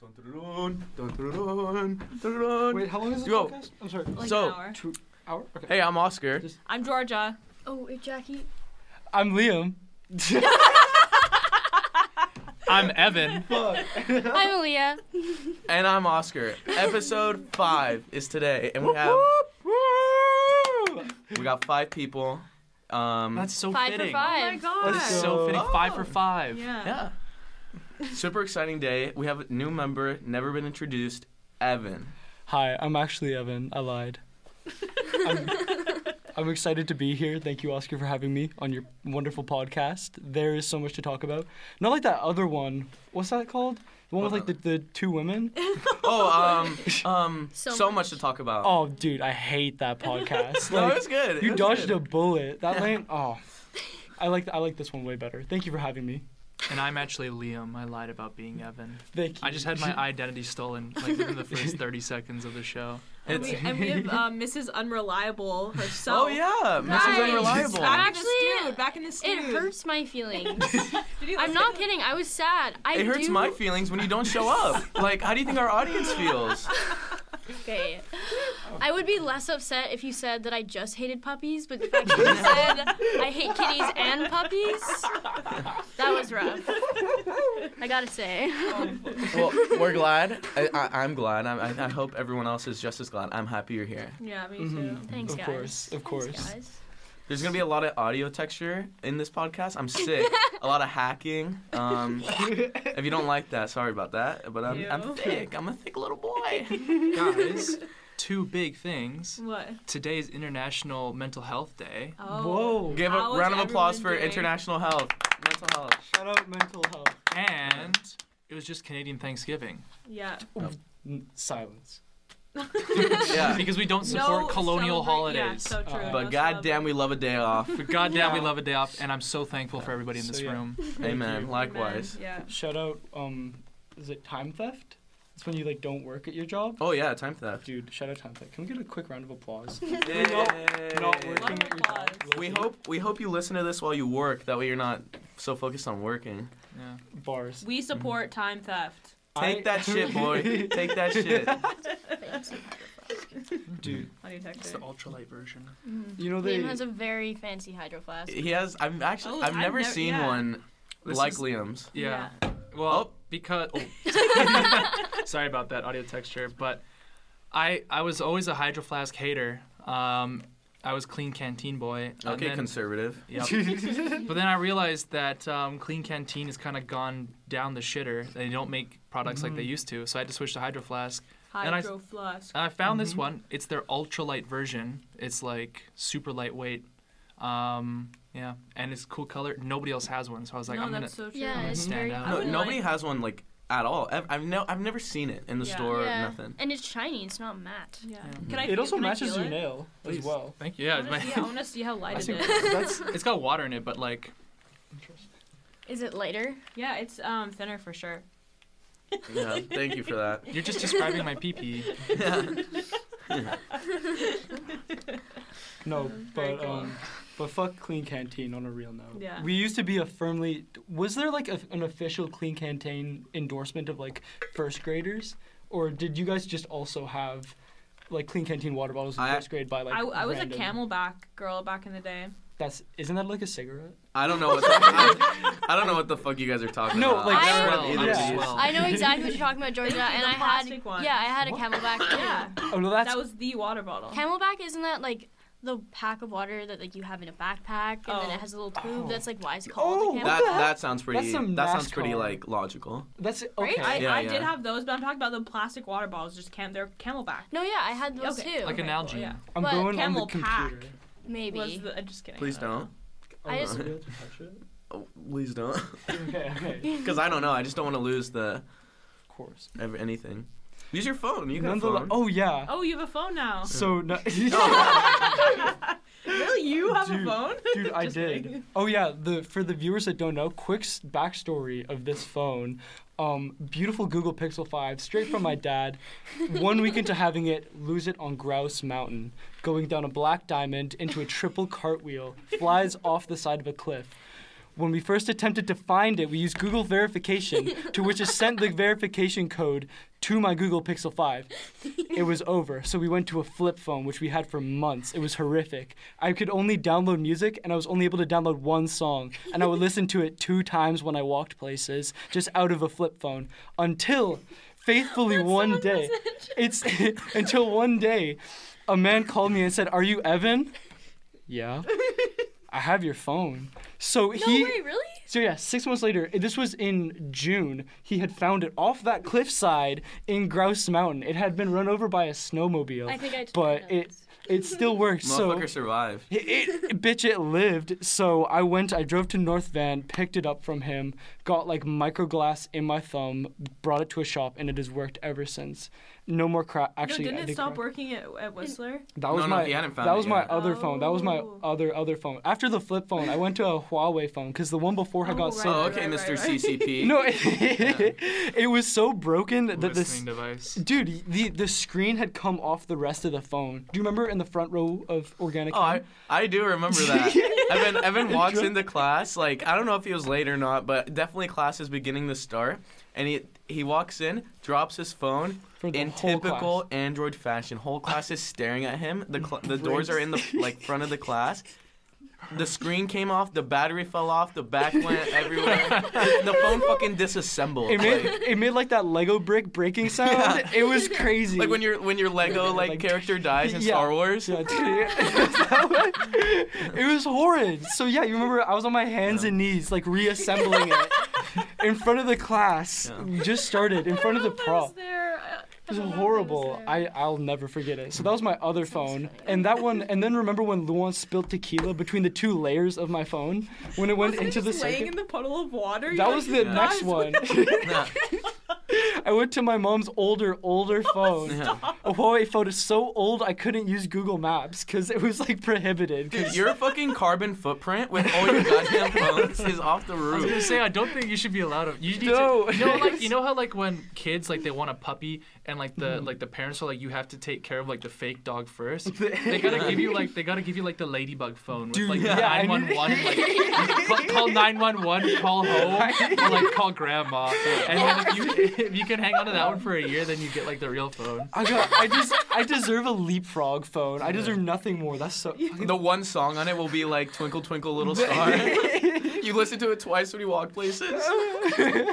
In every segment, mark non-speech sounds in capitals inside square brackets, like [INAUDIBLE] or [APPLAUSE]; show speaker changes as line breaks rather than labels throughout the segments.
Dun, dun, dun, dun, dun, dun, dun, dun.
Wait, how long is this
Yo.
podcast? I'm sorry.
Like
So-
an hour.
Two hour? Okay.
Hey, I'm Oscar.
Just-
I'm Georgia.
Oh, it's Jackie.
I'm Liam. I'm Evan.
Fuck.
I'm Leah.
And I'm Oscar.
[LAUGHS]
Episode five is today, and we have we got five people. Um,
That's so
Five
fitting.
for five.
god.
Let's
That's so
Oh.
fitting. Five for five.
yeah.
yeah. Super exciting day. We have a new member, never been introduced, Evan.
Hi, I'm actually Evan. I
[LAUGHS]
lied. I'm, I'm excited to be here. Thank you, Oscar, for having me on your wonderful podcast. There is so much to talk about. Not like that other one. What's that called? The one with like the, the two women?
Oh,
[LAUGHS]
um, um, so,
So
much.
much.
to talk about.
Oh, dude, I hate that
[LAUGHS]
podcast.
no, it
Like,
was good.
you
It was
dodged a
good.
bullet. That lane. Oh, I like I like this one way better. Thank you for having me.
And I'm actually Liam. I lied about being Evan.
Thank you.
I just had
[LAUGHS]
my identity stolen like within the first 30 seconds of the show.
And
It's,
we, and we have uh, Mrs. Unreliable
oh
herself.
yeah, Mrs.
Guys,
Unreliable.
Back in the
Actually,
stew. Back in the stew.
It hurts my feelings. [LAUGHS]
Did you
I'm
listen?
not kidding. I was sad. I
It hurts
do-
my feelings when you don't show up.
[LAUGHS]
Like, how do you think our audience feels?
[LAUGHS] Okay. I would be less upset if you said that I just hated puppies, but the fact that
[LAUGHS]
you said I hate kitties and puppies, that was rough. I gotta say.
Well, we're glad. I, I, I'm glad. I'm, I, I hope everyone else is just as glad. I'm happy you're here.
[LAUGHS] Yeah, me too.
Mhm.
Thanks,
Of
guys.
course, of
Thanks,
course.
guys.
There's gonna be a lot of audio texture in this podcast. I'm sick. a lot of hacking. Um, if you don't like that, sorry about that. But I'm, I'm
Ew.
thick. I'm a thick little boy.
Guys, two big things.
What?
Today's International Mental Health Day.
Oh.
Whoa.
Give a
How is
round of applause for
everyone doing?
international health, mental health.
[LAUGHS]
Shout out mental health.
And it was just Canadian Thanksgiving.
Yeah.
N- Silence.
Yeah.
Because we don't support
No
colonial
celebrate- yeah,
holidays.
so true.
Uh,
But
No
goddamn, we love a day
[LAUGHS]
off.
But goddamn, we
Yeah.
love a day off, and I'm so thankful for everybody in
So,
this
yeah.
room.
Amen.
celebration.
Likewise.
Amen. Yeah.
Shout out. Um, is it time theft? It's when you like don't work at your job.
Oh yeah, time for that.
Dude, shout out time theft. Can we get a quick round of applause? Not
Yay.
working at your job.
applause.
We hope we hope you listen to this while you work. That way you're not so focused on working.
Yeah.
bars.
We support time theft.
Take
I-
that shit,
[LAUGHS]
boy. Take that shit.
Thanks.
Dude,
How do you text
It's the ultralight version.
you know they.
Liam has a very fancy hydro flask.
He has. I've actually.
Oh,
I've
I've
never
nev-
seen
yeah.
one
This
like
is-
Liam's.
Yeah.
Oh.
Well, because [LAUGHS]
[LAUGHS]
sorry about that audio texture, but I I was always a hydro flask hater. Um, I was clean canteen boy. and
Okay,
then-
conservative.
yep. but then I realized that um, clean canteen has kind of gone down the shitter. They don't make products like they
Mm-hmm.
used to, so I had to switch to hydro flask. And I-
Hydro flask.
And I found this
Mm-hmm.
one. It's their ultralight version. It's like super lightweight. Um, yeah, and it's cool color. Nobody else has one, so I was like,
no,
I'm gonna.
that's so true.
Yeah, it's
stand
very
out.
I
No,
wouldn't
nobody
like-
has one like at all. I've I've, no, I've never seen it in the
Yeah.
store.
yeah.
Or nothing.
And it's shiny, it's not matte.
Yeah.
Yeah.
Can I?
it also
can I
matches
feel
your
it?
nail
Please.
as well.
Thank you. Yeah,
I
it's
wanna see- I
my-
want to see how
I
light it
think
is.
that's
it's got water in it, but like
interesting.
Is it lighter?
Yeah, it's um thinner for sure.
yeah. Thank you for
[LAUGHS]
that. [LAUGHS]
You're just describing my pee
No,
very
but
cool.
um, but fuck clean canteen on a real note.
Yeah.
We used to be a firmly. Was there like a, an official clean canteen endorsement of like first graders, or did you guys just also have like clean canteen water bottles in
I-
first grade by like?
I, I was
random-
a Camelback girl back in the day.
That's isn't that like a cigarette?
I don't know what the, I, I don't know what the fuck you guys are talking
No,
about.
like,
Uh, I swear to
Swell,
either
I'm
of
yeah.
these.
swell.
I know exactly what you're talking about, Georgia, [LAUGHS]
The
and I had
plastic one.
yeah, I had a
What?
Camelback. [LAUGHS]
Yeah,
[LAUGHS] Oh no, that's
that was the water bottle.
Camelback isn't that like the pack of water that like you have in a backpack, and then
Oh.
it has a little tube.
Oh.
That's like why it's called
Oh,
a
That
Camelback.
that sounds pretty.
That's some
That sounds pretty
NASCAR.
like logical.
that's
Right?
okay.
I,
Yeah,
I
yeah.
did have those, but I'm talking about the plastic water bottles. Just cam, they're Camelback.
No, yeah, I had those
Okay.
too.
Like an
cool,
algae.
yeah.
I'm
but
going on the
Camel Pack
computer.
Maybe.
Was the, I'm just kidding.
Please don't.
I
Oh,
just-
[LAUGHS]
are we able to touch it?
Oh, please
[LAUGHS]
don't.
okay, okay,
Because I don't know. I just don't want to lose the
of course.
ev- anything. Use your phone. You got a
Nonetheless-
phone. Oh,
oh yeah.
Oh, you have a phone now.
So no,
really, you have
Dude.
a phone?
[LAUGHS] Dude, I
Just
did.
kidding.
Oh yeah, the for the viewers that don't know, quick s- backstory of this phone. Um, beautiful Google Pixel 5, straight from my
[LAUGHS]
dad. One week into having it, lose it on Grouse Mountain,
[LAUGHS]
going down a black diamond into a triple cartwheel, flies off the side of a cliff. When we first attempted to find it, we used Google verification, to which it sent
[LAUGHS]
the verification code to my Google Pixel 5. It was over, so we went to a flip phone, which we had for months. It was horrific. I could only download music, and I was only able to download one song, and I would listen to it two times when I walked places, just out of a flip phone, until
[LAUGHS]
faithfully one day. It's [LAUGHS] until one day, a man called me and said, "Are you Evan?" Yeah. [LAUGHS] I have your phone. So
No
he.
way, really?
So yeah, six months later, this was in June. He had found it off that cliffside in Grouse Mountain. It had been run over by a snowmobile,
I think I. took
Oh. but
my
it
notes.
it still worked. oh, so
Motherfucker survived.
it, it- bitch, it lived. So I went, I drove to North Van, picked it up from him, got like microglass in my thumb, brought it to a shop, and it has worked ever since. No more crap. Actually,
no,
I
didn't it
did
stop
crack.
working at, at Whistler?
That was
No, no,
my
he hadn't found
that
it
was my
yet.
other phone. That was my
Oh.
other other phone. After the flip phone, I went to a Huawei phone because the one before had
Oh,
got
right.
so
Oh, okay,
right,
Mr.
right.
CCP. [LAUGHS]
[LAUGHS] no, it, it was so broken that this
listening device.
dude the the screen had come off the rest of the phone. Do you remember in the front row of organic?
Oh, I,
Chem?
I do remember
[LAUGHS]
that. Evan Evan walks into class like I don't know if he was late or not, but definitely class is beginning to start, and he he walks in, drops his phone
for the
in
whole
typical
class.
Android fashion. Whole class is staring at him. The cl- the doors are in the like front of the class.
[LAUGHS]
The screen came off, the battery fell off, the back went everywhere. the phone fucking disassembled.
It made
like-
it made like that Lego brick breaking sound.
[LAUGHS]
It was crazy.
Like when your when your Lego like,
Like-
character dies in
[LAUGHS] Yeah.
Star Wars.
Yeah, [LAUGHS] it was horrid. So yeah, you remember I was on my hands and knees, like reassembling
[LAUGHS]
it in front of the class.
Yeah.
We just started in
[LAUGHS]
front of the
Pro.
prop. It was horrible. I I'll never forget it. So that was my other phone,
funny.
and that one. And then remember when Luan spilled tequila between the two layers of my phone when it went
Wasn't it
into the
just laying
circuit.
in the puddle of water.
that
You're
was
like,
the
Yeah.
next
"Guys,
one.
Nah.
[LAUGHS] I went to my mom's older, older phone.
Yeah.
A Huawei phone is so old I couldn't use Google Maps because it was like prohibited.
[LAUGHS]
'cause-
Dude, your fucking carbon footprint with all your goddamn phones is off the
I was gonna
roof.
say I don't think you should be allowed to. You need
No.
to. You
[LAUGHS]
know, like you know how like when kids like they want a puppy and like the
Mm-hmm.
like the parents are like you have to take care of like the fake
[LAUGHS]
dog first. They gotta give you like they gotta give you like the ladybug phone with
Dude,
like
yeah, I
nine one one. Like call nine one one,
[LAUGHS]
call home, or like call grandma. And then if you
[LAUGHS]
if you can hang on to that one for a year, then you get like the real phone.
I got. I just. I deserve a leapfrog phone. I deserve nothing more. That's so.
The one song on it will be like Twinkle Twinkle Little
[LAUGHS]
Star. you listen to it twice when you walk
[LAUGHS]
places. Oh,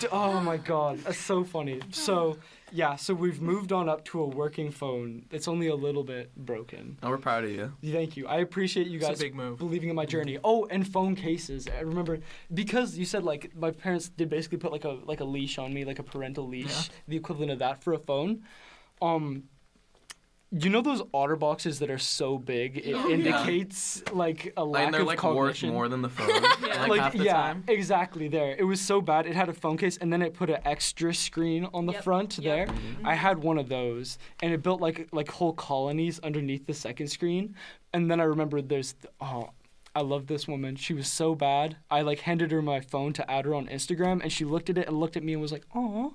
D- Oh my god, that's so funny. So yeah, so we've moved on up to a working phone. It's only a little bit broken.
Oh, we're proud of you.
Thank you. I appreciate you
It's a
guys
big move.
believing in my journey. Oh, and phone cases. I remember because you said like my parents did basically put like a like a leash on me, like a parental leash, the equivalent of that for a phone. Um you know those otter boxes that are so big it indicates like a lack
and they're
of
Oh, like
cognition.
worth more than the phone. Like, half the
yeah,
time.
exactly. There, it was so bad. It had a phone case, and then it put an extra screen on the
Yep,
front. There,
yep.
Mm-hmm.
I had one of those, and it built like like whole colonies underneath the second screen. And then I remembered there's oh, I love this woman. She was so bad. I like handed her my phone to add her on Instagram, and she looked at it and looked at me and was like, "Oh."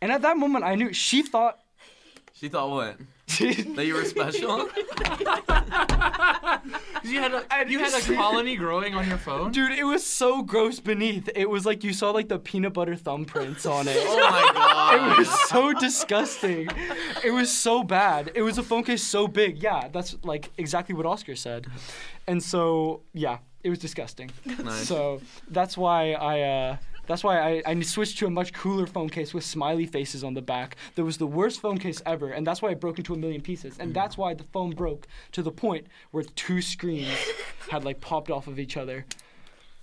And at that moment, I knew she thought.
She thought what? That you were special?
[LAUGHS] 'Cause You had a you had
[LAUGHS]
a colony growing on your phone.
Dude, it was so gross beneath. It was like you saw like the peanut butter thumbprints on it.
oh my
It [LAUGHS]
god.
was so disgusting. It was so bad. It was a phone case so big. Yeah, that's like exactly what Oscar said. And so, yeah, it was disgusting.
Nice.
So that's why I. Uh, that's why I, I switched to a much cooler phone case with smiley faces on the back. That was the worst phone case ever, and that's why it broke into a million pieces.
Mm.
And that's why the phone broke to the point where two screens had like popped off of each other.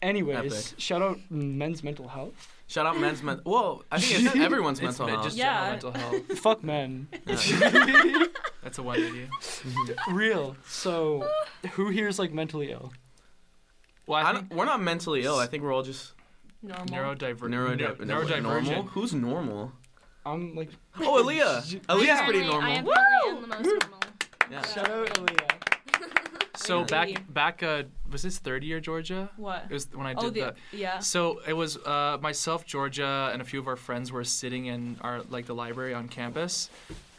Anyways,
Epic.
shout out men's mental health.
Shout out men's mental. Whoa, I think it's everyone's
It's
mental
men-
health.
just
Yeah.
general mental health.
Fuck men.
Yeah.
That's a one review.
Real. So, who here is like mentally ill?
Well,
I
I think
don't- we're not mentally ill. I think we're all just
Normal.
neurodiver-
neurodiver-
neu-
no, like,
neurodivergent.
normal. Who's normal?
I'm like.
Oh, Aaliyah. Aaliyah's
Apparently,
pretty
I
normal.
apparently am the most normal. [LAUGHS]
Yeah.
Uh,
[LAUGHS] Shout out Aaliyah.
So
Yeah.
back back uh was this third year Georgia?
What?
It was when I did
Oh,
the
the, yeah.
So it was uh, myself, Georgia, and a few of our friends were sitting in our like the library on campus,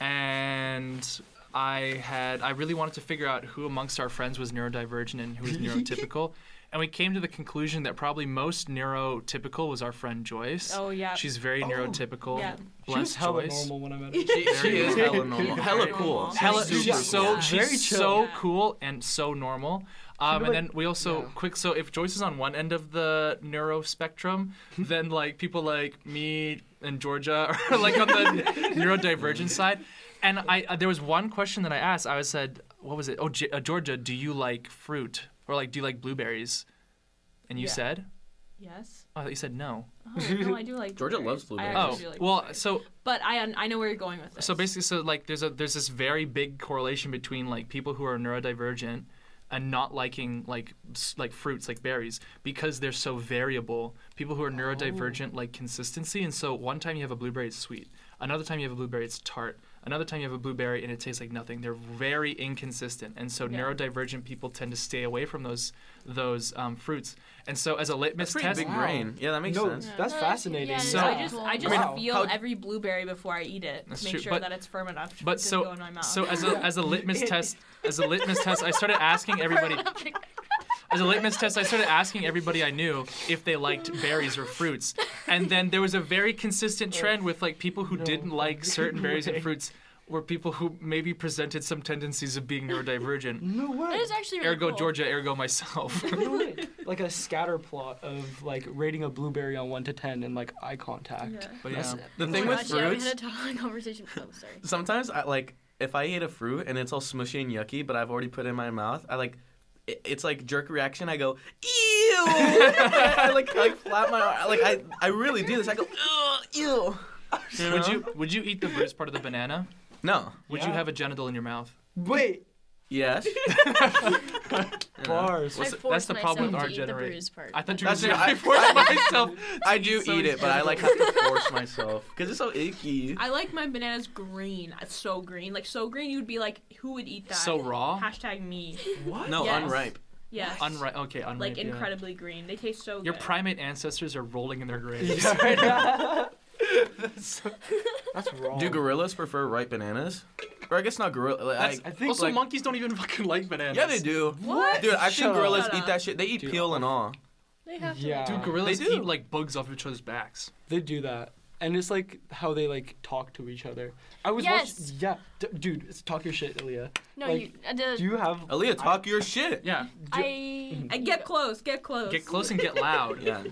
and I had I really wanted to figure out who amongst our friends was neurodivergent and who was neurotypical, and we came to the conclusion that probably most neurotypical was our friend Joyce.
Oh yeah.
She's very neurotypical.
Yeah.
She was
Bless
hella
Joyce.
normal when I
[LAUGHS]
met her.
She, she is
Very
hella
normal.
normal. Hella
Very
cool.
normal.
Hella,
super
she's
yeah,
so
cool.
she's
Very chill.
so
Yeah.
cool and so normal. Um, and
like-
then we also
yeah.
quick. So if Joyce is on one end of the neuro
[LAUGHS]
spectrum, then like people like me and Georgia [LAUGHS] are like
[LAUGHS]
on the neurodivergent side. And I uh, there was one question that I asked. I was said, what was it? Oh, J- uh, Georgia, do you like fruit or like do you like blueberries? And you
Yeah.
said,
Yes.
oh, I thought you said no.
Oh no, I do like.
Georgia loves
I
blueberries.
Oh,
actually do like
well,
blueberries.
so
But I I know where you're going with this.
so basically so like there's a there's this very big correlation between like people who are neurodivergent and not liking like s- like fruits like berries because they're so variable people who are
Oh.
neurodivergent like consistency and so one time you have a blueberry it's sweet another time you have a blueberry it's tart another time you have a blueberry and it tastes like nothing they're very inconsistent and so
Yeah.
neurodivergent people tend to stay away from those those um, fruits and so as a
That's
litmus
pretty
test
big
Wow.
brain. Yeah, that makes
no,
sense.
that's
Yeah.
fascinating.
Yeah,
So-
I just I just
Wow.
feel
How-
every blueberry before I eat it
That's
to make
true,
sure
but-
that it's firm enough to
but
to
so
go in my mouth.
so as a as
[LAUGHS]
a litmus test as a litmus test I started asking everybody as a litmus test, I started asking everybody I knew if they liked berries or fruits, and then there was a very consistent trend with like people who didn't like certain berries and fruits were people who maybe presented some tendencies of being neurodivergent.
No way.
That is actually really
Ergo
cool.
Georgia, ergo myself. [LAUGHS]
No
[LAUGHS]
way. Like a scatter plot of like rating a blueberry on one to ten and like eye contact.
Yeah.
but
That's-
yeah.
The
Oh
thing
my
with
gosh, yeah, we
fruits,
had a total [LAUGHS] conversation. Oh, sorry.
sometimes I like if I eat a fruit and it's all smushy and yucky, but I've already put it in my mouth, I like it- it's like jerk reaction. I go ew. [LAUGHS] I, I, like I flap my I, like I I really do this. I go "Ugh, ew.
Would
know?
you would you eat the bruised part of the banana?
No.
Would you
Yeah.
have a genital in your mouth?
[LAUGHS]
Wait, [LAUGHS]
Yes.
bars.
What's
I
the- that's
forced
the problem with
myself
our
to eat
genera-
The bruise part.
I thought you were
That's
going
it. I-
[LAUGHS]
to force myself.
[LAUGHS] I do
So
eat it, but I like have
terrible.
to force myself because it's so icky.
I like my bananas green. It's so green. Like so green you'd be like, who would eat that?
So raw?
Hashtag me.
What? [LAUGHS]
No,
Yes.
unripe.
Yes.
Unri- okay, unripe.
like
yeah.
incredibly green. They taste so
Your
good.
primate ancestors are rolling in
[LAUGHS]
their [LAUGHS] graves.
Yeah, right. that's, so- that's wrong.
Do gorillas prefer ripe bananas? Or I guess not gorilla. Like,
That's-
I,
I think
also,
like-
monkeys don't even fucking like bananas.
yeah, they do.
What?
Dude, I've seen
Shut
gorillas
up.
eat that shit. They eat
Dude,
peel and all.
They have to.
Yeah.
Dude, gorillas
They do.
eat like bugs off each other's backs.
They do that. And it's like how they like talk to each other. I was
Yes.
watching. Yeah, d- dude, it's talk your shit, Ilya.
No,
Like,
you. Uh, the,
Do you have?
Aaliyah, talk your shit.
Yeah.
I.
And
[LAUGHS]
get close, get close.
Get close and get loud.
[LAUGHS] Yeah.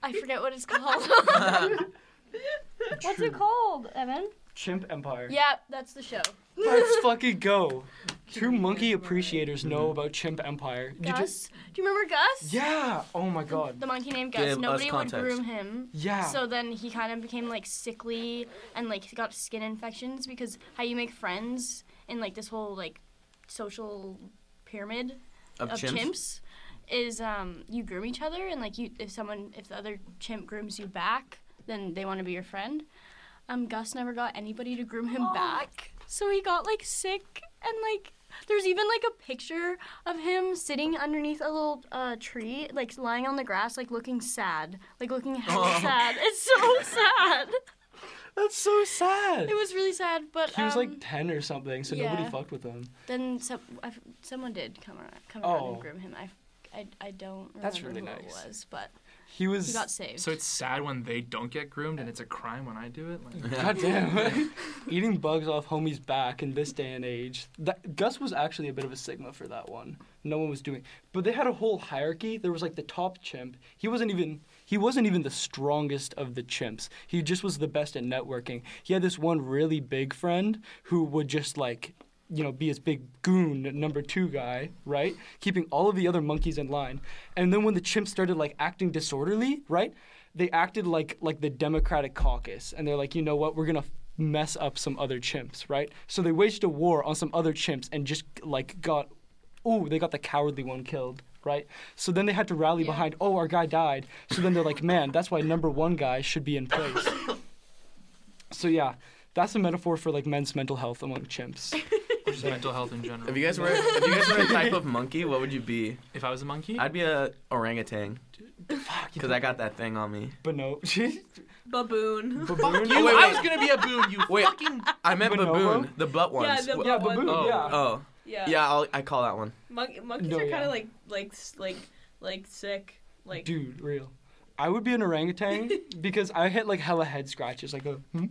I forget what it's called. What's it
True.
called, Evan?
Chimp Empire.
Yeah, that's the show.
[LAUGHS] Let's fucking
[LAUGHS]
go. True monkey appreciators know about Chimp Empire. Did you-
Gus. Do you remember Gus?
yeah. Oh my god.
The monkey named
Give
Gus.
us
Nobody would
context.
groom him.
Yeah.
So then he kind of became like sickly and like he got skin infections because how you make friends in like this whole like social pyramid
Of,
of
chimps.
chimps is um you groom each other and like you if someone if the other chimp grooms you back then they want to be your friend um gus never got anybody to groom him back so he got like sick and like there's even like a picture of him sitting underneath a little uh, tree like lying on the grass like looking sad
[LAUGHS]
like looking hella
Oh.
sad it's so sad
That's so sad.
it was really sad but
he was like
um,
ten or something, so
yeah.
nobody fucked with him.
then some, I f someone did come around, come around
Oh.
and groom him. I, f- I- I don't remember
That's really
who it
nice.
was, but
He was. [LAUGHS]
he got saved.
So it's sad when they don't get groomed, and it's a crime when I do it. Like,
[LAUGHS]
Goddamn. Eating bugs off homie's back in this day and age. That, Gus was actually a bit of a sigma for that one. No one was doing. But they had a whole hierarchy. There was like the top chimp. He wasn't even he wasn't even the strongest of the chimps. He just was the best at networking. He had this one really big friend who would just like you know, be his big goon number two guy, right? Keeping all of the other monkeys in line. And then when the chimps started like acting disorderly, right? They acted like like the Democratic caucus and they're like, you know what, we're gonna f- mess up some other chimps, right? So they waged a war on some other chimps and just like got ooh, they got the cowardly one killed, right? So then they had to rally
Yeah.
behind, oh, our guy died. So then they're like, man, that's why number one guy should be in place.
[COUGHS]
so yeah, that's a metaphor for like men's mental health among
[LAUGHS]
chimps.
or just mental health in general.
If you guys were, if you guys were a type of monkey, what would you be?
if I was a monkey,
I'd be a orangutan because I got that thing on me.
But no. [LAUGHS]
Baboon.
Baboon?
you. Wait,
I
wait.
was gonna be a boon. You
Wait.
fucking
I meant
Bonobo?
baboon, the butt ones.
Yeah, the-
Yeah, baboon.
Oh.
Yeah.
oh,
Yeah.
Yeah, I'll, I call that one.
Mon- monkeys
No,
are kind
yeah.
of like like s- like like sick. Like
Dude, real. I would be
[LAUGHS]
an orangutan because I hit like hella head scratches. Like a hmm?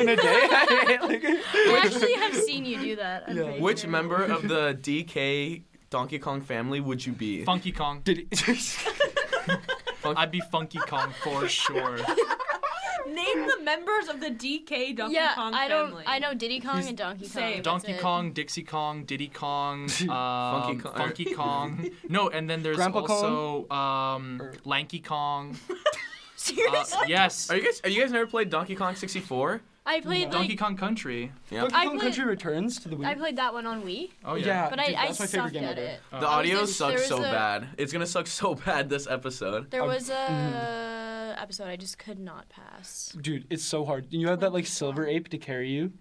[LAUGHS]
in a day. [LAUGHS] I hit, like,
I actually have seen you do that. I'm
Yeah.
pretty
Which
sure.
member of the DK Donkey Kong family would you be?
Funky Kong.
did it- [LAUGHS]
I'd be Funky Kong for
[LAUGHS]
sure.
[LAUGHS] name the members of the DK Donkey
yeah,
Kong
I don't.
family.
I know Diddy Kong
He's-
and Donkey Kong.
Same.
that's
Donkey
it.
Kong, Dixie Kong, Diddy Kong, um, Funky
Kong-
Kong. No, and then there's
Grandpa
also um,
Or-
Lanky Kong. Uh,
[LAUGHS] Seriously,
yes,
Are you guys? Are you guys never played Donkey Kong 64?
I played like
Donkey Kong Country.
Yeah.
Donkey
I
Kong
played-
Country returns to the Wii.
I played that one on Wii,
Oh yeah.
yeah,
but I,
dude,
I
that's my favorite
sucked
game
at
ever.
it.
The
Uh,
audio
this- there
sucks
was
so
a-
bad. It's gonna suck so bad this episode.
There
I-
was a episode I just could not pass.
Dude, it's so hard. You have that like silver ape to carry you.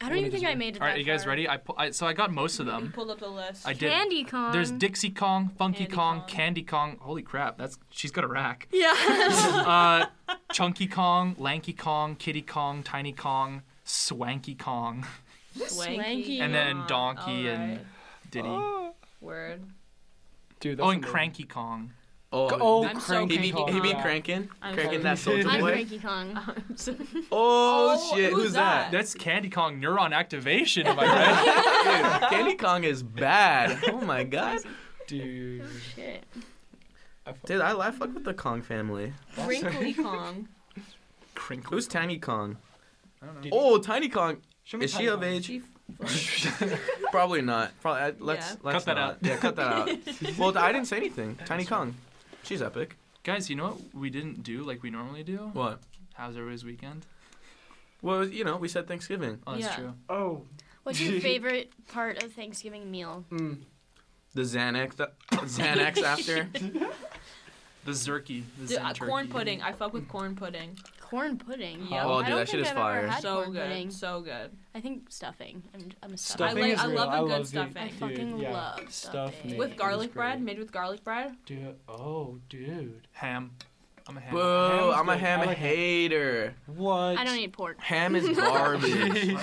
I
One
don't even
of these
think I
were-
made it.
All right,
that
you guys
far.
ready? I, pu- I so I got most of them.
Pull up the list.
I did.
Candy Kong.
There's Dixie Kong, Funky
Candy
Kong,
Kong.
Candy Kong. Holy crap, that's she's got a rack.
[LAUGHS]
Yeah.
Uh, Chunky Kong, Lanky Kong, Kitty Kong, Tiny Kong, Swanky Kong,
Swanky.
and then
Kong.
Donkey and
Alright.
Diddy.
[LAUGHS]
word. [LAUGHS]
Dude, Oh, that's
oh,
amazing.
and Cranky Kong.
Oh,
Oh,
I'm so
Cranky
he be
Kong.
he be
Kong.
cranking,
I'm
cranking
sorry.
that soldier
I'm
boy.
Frankie Kong.
Uh-huh.
Oh,
Oh,
shit,
who's
who's that?
That's Candy Kong neuron
[LAUGHS]
activation, am I
[LAUGHS]
right?
Dude, Candy Kong is bad. Oh my god,
Dude.
Shit.
I fuck-
dude, I, I fuck with the Kong family.
that's-
Wrinkly Kong.
Crinkly.
Who's Tiny Kong?
Dude,
Oh, Tiny Kong.
show me
Is she
Tiny
of
Kong.
age? Probably not. Probably. I, let's
Yeah.
let's
Cut that
not.
out.
Yeah, cut that out. well, I didn't say anything. Tiny Kong, she's epic.
Guys, you know what we didn't do like we normally do?
What?
How's everybody's weekend?
Well, you know, we said Thanksgiving.
Oh, that's
Yeah.
true.
Oh.
What's [LAUGHS] your favorite part of Thanksgiving meal?
Mm.
The Xanax, the [COUGHS] Xanax after.
The Zerky. The
Dude, uh,
Zen
corn
turkey.
pudding. I fuck with corn pudding.
Corn pudding.
Yeah.
Oh,
I
dude,
don't
that shit
think
is
I've ever
fire.
had
so
corn
good.
pudding.
So good.
I think stuffing. I'm, I'm a stuffer.
Stuffing
like-
is
I
real.
love a good
love the-
stuffing. I
dude,
fucking
yeah.
love stuffing.
Stuffing.
Yeah,
With
it was
garlic bread,
great.
made with garlic bread.
Dude, oh, dude.
Ham. I'm a ham.
Whoa,
Ham's
I'm a
good.
ham
I like ham.
hater.
What?
I don't e- eat pork.
Ham is garbage.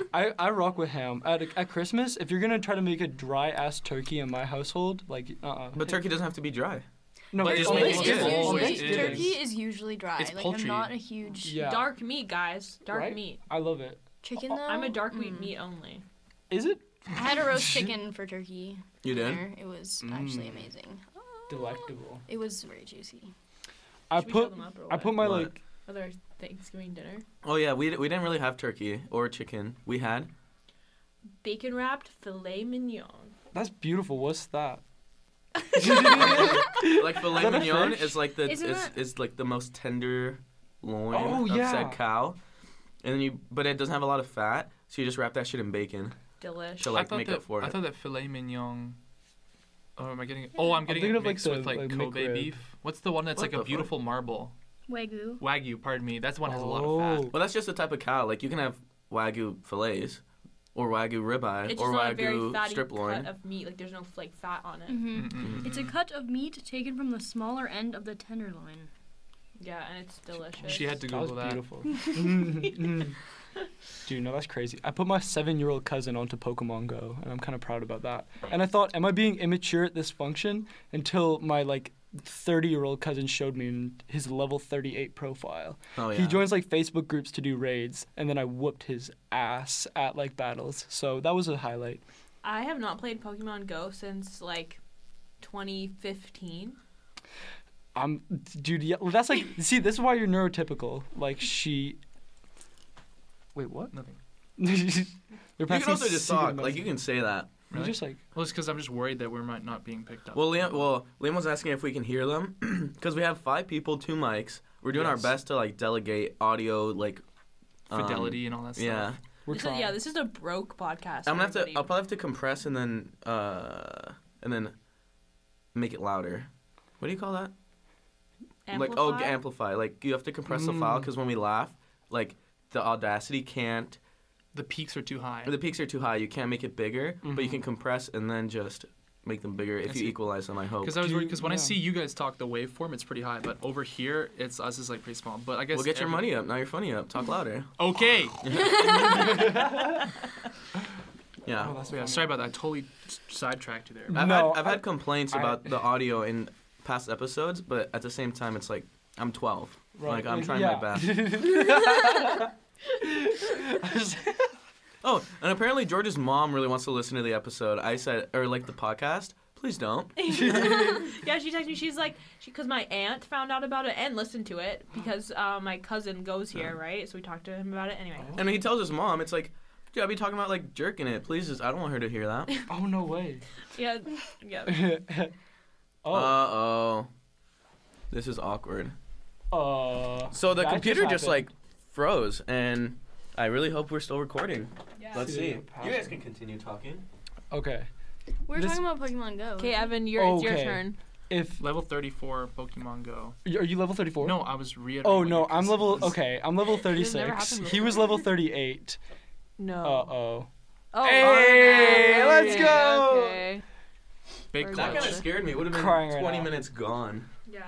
[LAUGHS]
I, I rock with ham. At, at Christmas, if you're gonna try to make a dry ass turkey in my household, like uh uh
but turkey doesn't have to be dry.
No,
But
it's
just
always
make it
good.
good.
usually,
Always is.
turkey is usually dry.
It's
like
poultry.
I'm not a huge
Yeah.
Dark meat, guys. Dark
Right?
meat.
I love it.
chicken though.
I'm a dark meat
Mm.
meat only.
Is it
I had a roast chicken for turkey.
You did?
dinner. It was actually
Mm.
amazing.
delectable?
It was very juicy.
I
Should we fill
put
them up or
I
what?
put my
What?
like
Other Thanksgiving dinner.
Oh yeah, we, we didn't really have turkey or chicken. We
[LAUGHS]
had
Bacon wrapped filet mignon.
that's beautiful. What's that? [LAUGHS]
like
Is
filet
that a
mignon
fish?
is like the
Isn't
is,
that-
is like the most tender loin
Oh,
of
yeah.
said cow, and then you but it doesn't have a lot of fat, so you just wrap that shit in bacon.
Delish.
To
I
like
thought
make
that,
up for
I
it.
thought that filet mignon. Oh, am I getting it? Oh, I'm getting
thinking
it
of, like,
mixed
the-
with like,
like,
Kobe
McRib.
beef. What's the one that's
What
like
the
a
fuck?
beautiful marble?
Wagyu.
Wagyu, pardon me. That's one has a lot of fat.
Well, that's just the type of cow. Like you can have wagyu fillets, or wagyu ribeye,
It's
or
just not a very
wagyu
fatty
strip loin.
cut of meat. Like there's no like fat on it.
Oh.
Mm-hmm.
Mm-mm.
It's a cut of meat taken from the smaller end of the tenderloin.
Yeah, and it's delicious.
She had to
That was
Google
[LAUGHS]
that.
beautiful. Mm, mm. Dude, no, that's crazy. I put my seven-year-old cousin onto Pokemon Go, and I'm kind of proud about that. And I thought, am I being immature at this function? Until my like 30-year-old cousin showed me his level 38 profile.
Oh yeah.
He joins like Facebook groups to do raids, and then I whooped his ass at like battles. So that was a highlight.
I have not played Pokemon Go since like 2015.
I'm, dude. Yeah, well, that's like. see, this is why you're neurotypical. Like she. Wait, what?
Nothing.
[LAUGHS] you're
You
passing
can also just
secret
talk. Like you
messages.
can say that.
You're
Really?
just like.
Well, it's because I'm just worried that we might not being picked up.
Well, Liam, well, Liam was asking if we can hear them [CLEARS THROAT] because we have five people, two mics. We're doing
Yes.
our best to like delegate audio, like um,
fidelity and all that stuff.
yeah,
We're
This is-
trying.
yeah, this is a broke podcast.
I'm gonna have to.
everybody.
I'll probably have to compress and then uh and then make it louder. What do you call that? Like oh,
Amplify?
amplify. Like you have to compress the file
Mm.
because when we laugh, like the audacity can't.
The peaks are too high.
The peaks are too high. You can't make it bigger, but you can compress and then just make them bigger if
Mm-hmm. I
you
see.
equalize them. I hope.
Because I was
Do
worried.
you-
Because when I
yeah.
see you guys talk, the waveform it's pretty high, but over here, it's us is like pretty small. But I guess
Well, get your
every- [LAUGHS]
money up. Now your funny up. Talk louder.
Okay.
Yeah.
Oh, that's
Yeah,
funny.
sorry about that. I totally s- sidetracked you there.
No,
I've, had, I've
I-
had complaints
I-
about the
[LAUGHS]
audio in past episodes, but at the same time, it's like I'm 12. Like
Uh,
I'm trying my best.
best.
Oh, and apparently George's mom really wants to listen to the episode. I said, or like the podcast. Please
[LAUGHS]
don't.
[LAUGHS] yeah, she texted me. She's like, because my aunt found out about it and listened to it because uh, my cousin goes here, right? So we talked to him about it anyway.
And he tells his mom, it's like, dude, I'll be talking about like jerking it. Please, just, I don't want her to hear
[LAUGHS]
that.
[LAUGHS] oh no way.
Yeah, yeah.
[LAUGHS]
oh.
Uh oh. This is awkward.
uh,
So the
that
computer just,
happened.
like froze, and I really hope we're still recording. Let's see.
You guys
can continue talking.
Okay.
We're
This-
talking about Pokemon Go.
Okay,
right?
Evan, your, it's your
Okay.
turn.
If
Level 34 Pokemon Go.
are you level 34?
No, I was reiterating.
Oh
what
no,
your
I'm
concern
level
was.
okay. I'm level
This never
36.
happened
He was level 38. Uh
No.
oh.
oh,
Hey,
okay,
let's go.
Okay.
Big
That
That kind
clutch.
of scared me. Would have been
Crying right
20
now.
minutes gone.
Yeah.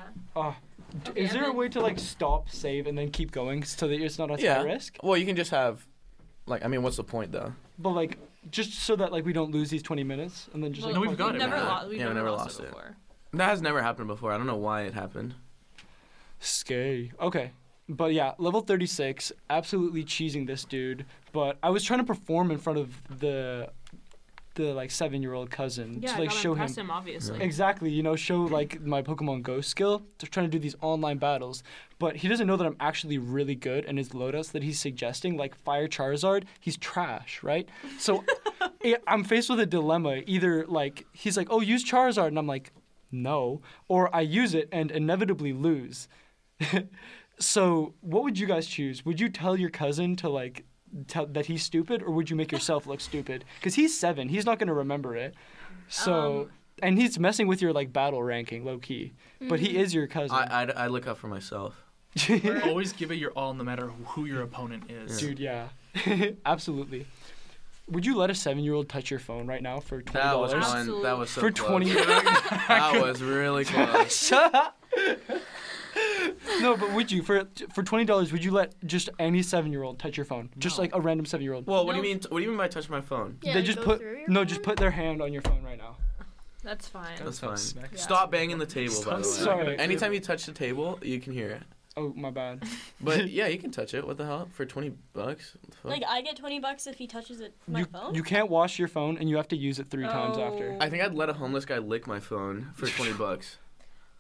Oh,
Okay,
Is there a
Evan.
way to like stop, save, and then keep going so that it's not at
Yeah.
risk?
Well, you can just have, like, I mean, what's the point though?
But like, just so that like we don't lose these 20 minutes and then just
Well,
like
No, we've got it,
Never
man.
lost. We've
Yeah, we
never
never
lost,
lost
it
it.
before.
That has never happened before. I don't know why it happened.
Scary. Okay. But yeah, level 36, absolutely cheesing this dude. But I was trying to perform in front of the the like 7-year-old cousin
Yeah,
to like
I gotta
show him
impress him, obviously.
Exactly, you know, show like my Pokemon Go skill. They're trying to do these online battles, but he doesn't know that I'm actually really good. And his Lotus that he's suggesting, like Fire Charizard, he's trash, right? So I- I'm faced with a dilemma. Either like he's like, "Oh, use Charizard," and I'm like, "No," or I use it and inevitably lose. so what would you guys choose? Would you tell your cousin to like? Tell, that he's stupid, or would you make yourself look stupid? Because he's seven, he's not going to remember it. So, and he's messing with your like battle ranking, low key. But he is your cousin,
I, I'd, I'd look out for myself.
[LAUGHS] Always give it your all, no matter who your opponent is.
dude. Yeah, [LAUGHS] absolutely. Would you let a seven-year-old touch your phone right now for twenty
That was
dollars?
fun. That was so
For
close. [LAUGHS]
twenty.
That was really close.
[LAUGHS] Shut up. no, but would you for for twenty dollars? Would you let just any seven-year-old touch your phone, just
No.
like a random seven-year-old?
Well, what do you
No.
mean? What do you mean by touch my phone?
Yeah,
they
you
just
go
put
through your
no, just
phone?
put their hand on your phone right now.
That's fine.
That's
Stop
fine.
smacking.
Stop banging the table, by the way.
Sorry.
Anytime you touch the table, you can hear it.
Oh my bad. [LAUGHS]
But yeah, you can touch it. What the hell? For twenty bucks? What the fuck?
Like I get twenty bucks if he touches it. My
You,
phone.
you can't wash your phone, and you have to use it three times after.
Oh.
I think I'd let a homeless guy lick my phone for twenty
[LAUGHS]
bucks.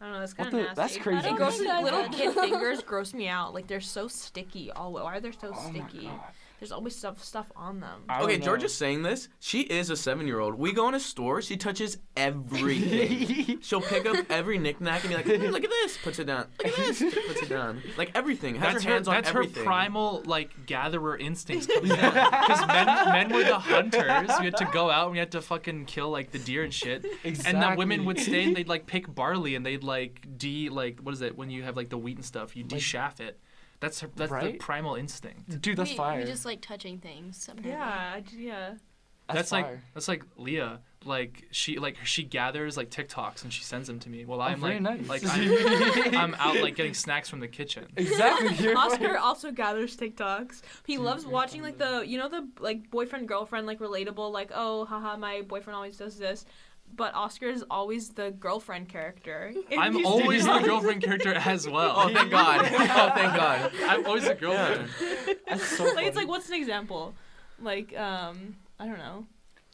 I don't know. That's
What
kind of
the-
nasty.
that's crazy.
I don't
It gross,
think I've
little
had-
[LAUGHS]
kid fingers gross me out. Like they're so sticky. All why are they so
Oh my
sticky?
God.
There's always stuff stuff on them.
I don't
Okay,
know.
George
[LAUGHS]
is saying this. She is a seven-year-old. We go in a store. She touches
[LAUGHS]
everything. She'll pick up every knickknack and be like, "Ooh, "Look at this," puts it down. Look at
[LAUGHS]
this, puts it down. Like everything. Has
That's
her
her,
hands on
that's her
everything.
primal like gatherer instincts coming out. Because men, men were the hunters. We had to go out and we had to fucking kill like the deer and shit.
exactly.
And the women would stay and they'd like pick barley and they'd like de like what is it when you have like the wheat and stuff you de shaft it. That's her, that's the
Right?
primal instinct.
Dude, that's
we,
fire.
We just like touching things. apparently.
Yeah, I d- yeah.
That's, like that's like Leah. Like she like she gathers like TikToks and she sends them to me. Well, I'm
Oh, very
like
nice.
like
[LAUGHS]
I'm, I'm out like getting snacks from the kitchen.
exactly. You're
Oscar also gathers TikToks. He loves watching like the you know the like boyfriend girlfriend like relatable like oh haha my boyfriend always does this, but Oscar is always the girlfriend character. And
I'm
he's-
always the
[LAUGHS]
girlfriend character as well.
Oh, [LAUGHS] thank God. Oh, thank God.
I'm always the girlfriend.
That's so
like it's
funny.
like what's an example? Like um I don't know.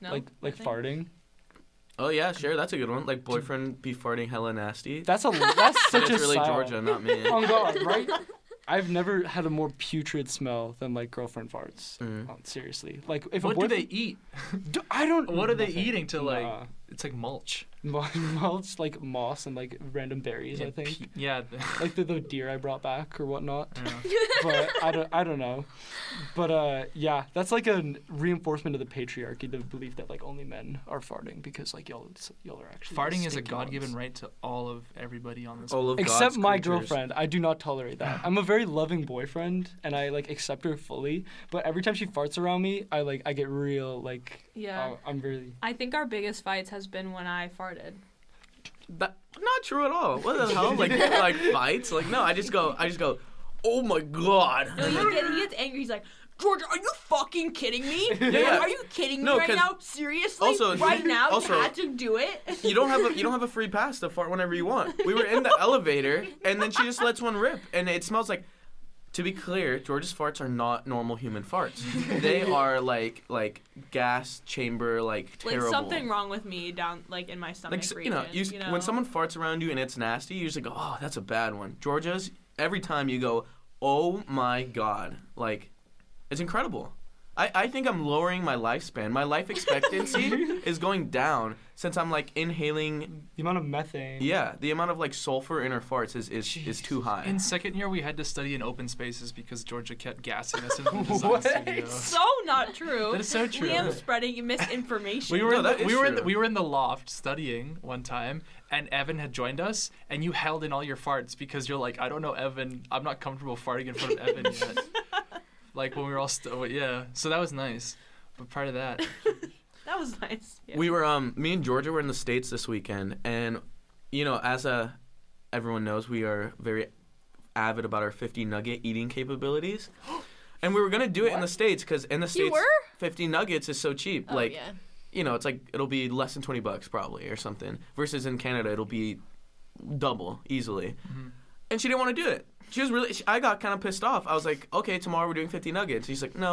No.
like like
Nothing?
farting.
Oh yeah, sure. That's a good one. Like boyfriend be farting hella nasty.
That's a
[LAUGHS]
that's
But
such a
it's really
style.
Georgia, not me.
[LAUGHS] Oh God, right? I've never had a more putrid smell than like girlfriend farts.
Mm.
Oh, seriously, like if
What
a
do
boyfriend,
they eat?
Do- [LAUGHS] I don't.
What are they
nothing.
eating to like?
Nah.
It's like mulch.
Mo- [LAUGHS] mulch like moss and like random berries. I
Yeah,
think
pe- yeah.
like the, the deer I brought back
[LAUGHS]
or whatnot.
yeah.
but I don't, I don't know. But uh, yeah, that's like a n- reinforcement of the patriarchy, the belief that like only men are farting because like y'all, y'all are actually
Farting is a
stinky
God-given
ones.
right to all of everybody on this.
All of
Except
God's
my
creatures.
girlfriend, I do not tolerate that. I'm a very loving boyfriend, and I like accept her fully. But every time she farts around me, I like I get real like
Yeah.
oh, I'm really
I think our biggest fights has been when I farted.
That, not true at all. What the hell? [LAUGHS] Like like fights? Like no, I just go I just go, Oh my god.
No, you get, he gets angry. He's like, Georgia, are you fucking kidding me?
yeah.
Are you kidding me
No,
right
'cause-
now? Seriously?
Also-
right now,
also-
you had to do it.
You don't have a you don't have a free pass to fart whenever you want. We were in the elevator and then she just lets one rip and it smells like to be clear, George's farts are not normal human farts. They are like like gas chamber like
Like
terrible.
something wrong with me down like in my stomach
like s- you know,
region,
you, s- when someone farts around you and it's nasty, you usually go, "Oh, that's a bad one." Georgia's every time you go, "Oh my god!" Like, it's incredible. I, I think I'm lowering my lifespan. My life expectancy is going down since I'm like inhaling.
The amount of methane.
Yeah, the amount of like sulfur in her farts is is, is too high.
In second year, we had to study in open spaces because Georgia kept gassing
[LAUGHS]
us in the design
What?
studio.
so not true. [LAUGHS]
That is so true.
Liam spreading misinformation.
We were,
No,
in
that
the,
is
we, were in the,
true.
we were in the loft studying one time, and Evan had joined us, and you held in all your farts because you're like, I don't know Evan, I'm not comfortable farting in front of
[LAUGHS]
Evan yet. like when we were all, st- yeah. So that was nice. But part of that,
that was nice.
[LAUGHS]
Yeah.
We were um me and Georgia were in the states this weekend and you know as a everyone knows we are very avid about our 50 nugget eating capabilities.
[GASPS]
And we were going to do it in the states cuz in the states
were?
50 nuggets is so cheap
Oh,
like
yeah.
you know it's like it'll be less than 20 bucks probably or something versus in Canada it'll be double easily.
Mm-hmm.
And she didn't want to do it. She was really she, I got kind of pissed off. I was like, "Okay, tomorrow we're doing 50 nuggets." She's like, "No,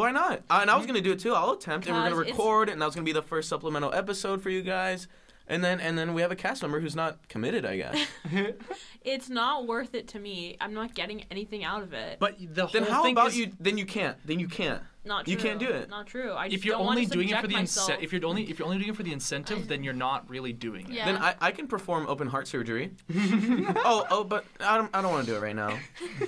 why not? Uh, and I was
Mm-hmm.
gonna do it too. I'll attempt, and we're gonna
Cause it's-
record, and that was gonna be the first supplemental episode for you guys. And then, and then we have a cast member who's not committed, I
[LAUGHS]
guess.
It's not worth it to me. I'm not getting anything out of it.
but the
then
whole
how
thing
about
is,
you? Then you can't. Then you can't.
not true.
you can't do it.
Not true. I just
if you're
don't wanna
only doing it
subject
for the
myself.
incentive, if you're only if you're only doing it for the incentive, then you're not really doing it.
Yeah.
Then I, I can perform open heart
[LAUGHS]
surgery. oh, oh, but I don't, I don't want to do it right now.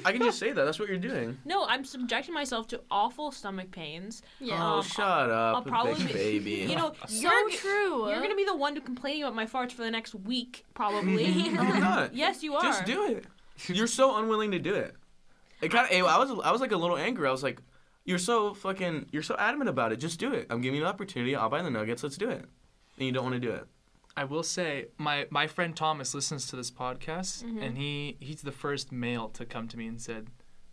I can just say that. That's what you're doing.
No, I'm subjecting myself to awful stomach pains.
Yeah.
oh,
Um,
shut
I'll
up,
probably
big
be-
baby.
[LAUGHS] You
[LAUGHS]
know,
so
you're,
true.
You're gonna be the one to complaining about my farts for the next week,
[LAUGHS]
probably.
No, I'm not.
[LAUGHS] yes, you are.
Just do it. You're so unwilling to do it. It kind of. I was. I was like a little angry. I was like, "You're so fucking. You're so adamant about it. Just do it. I'm giving you an opportunity. I'll buy the nuggets. Let's do it." And you don't want to do it.
I will say my my friend Thomas listens to this podcast,
Mm-hmm.
and he he's the first male to come to me and said,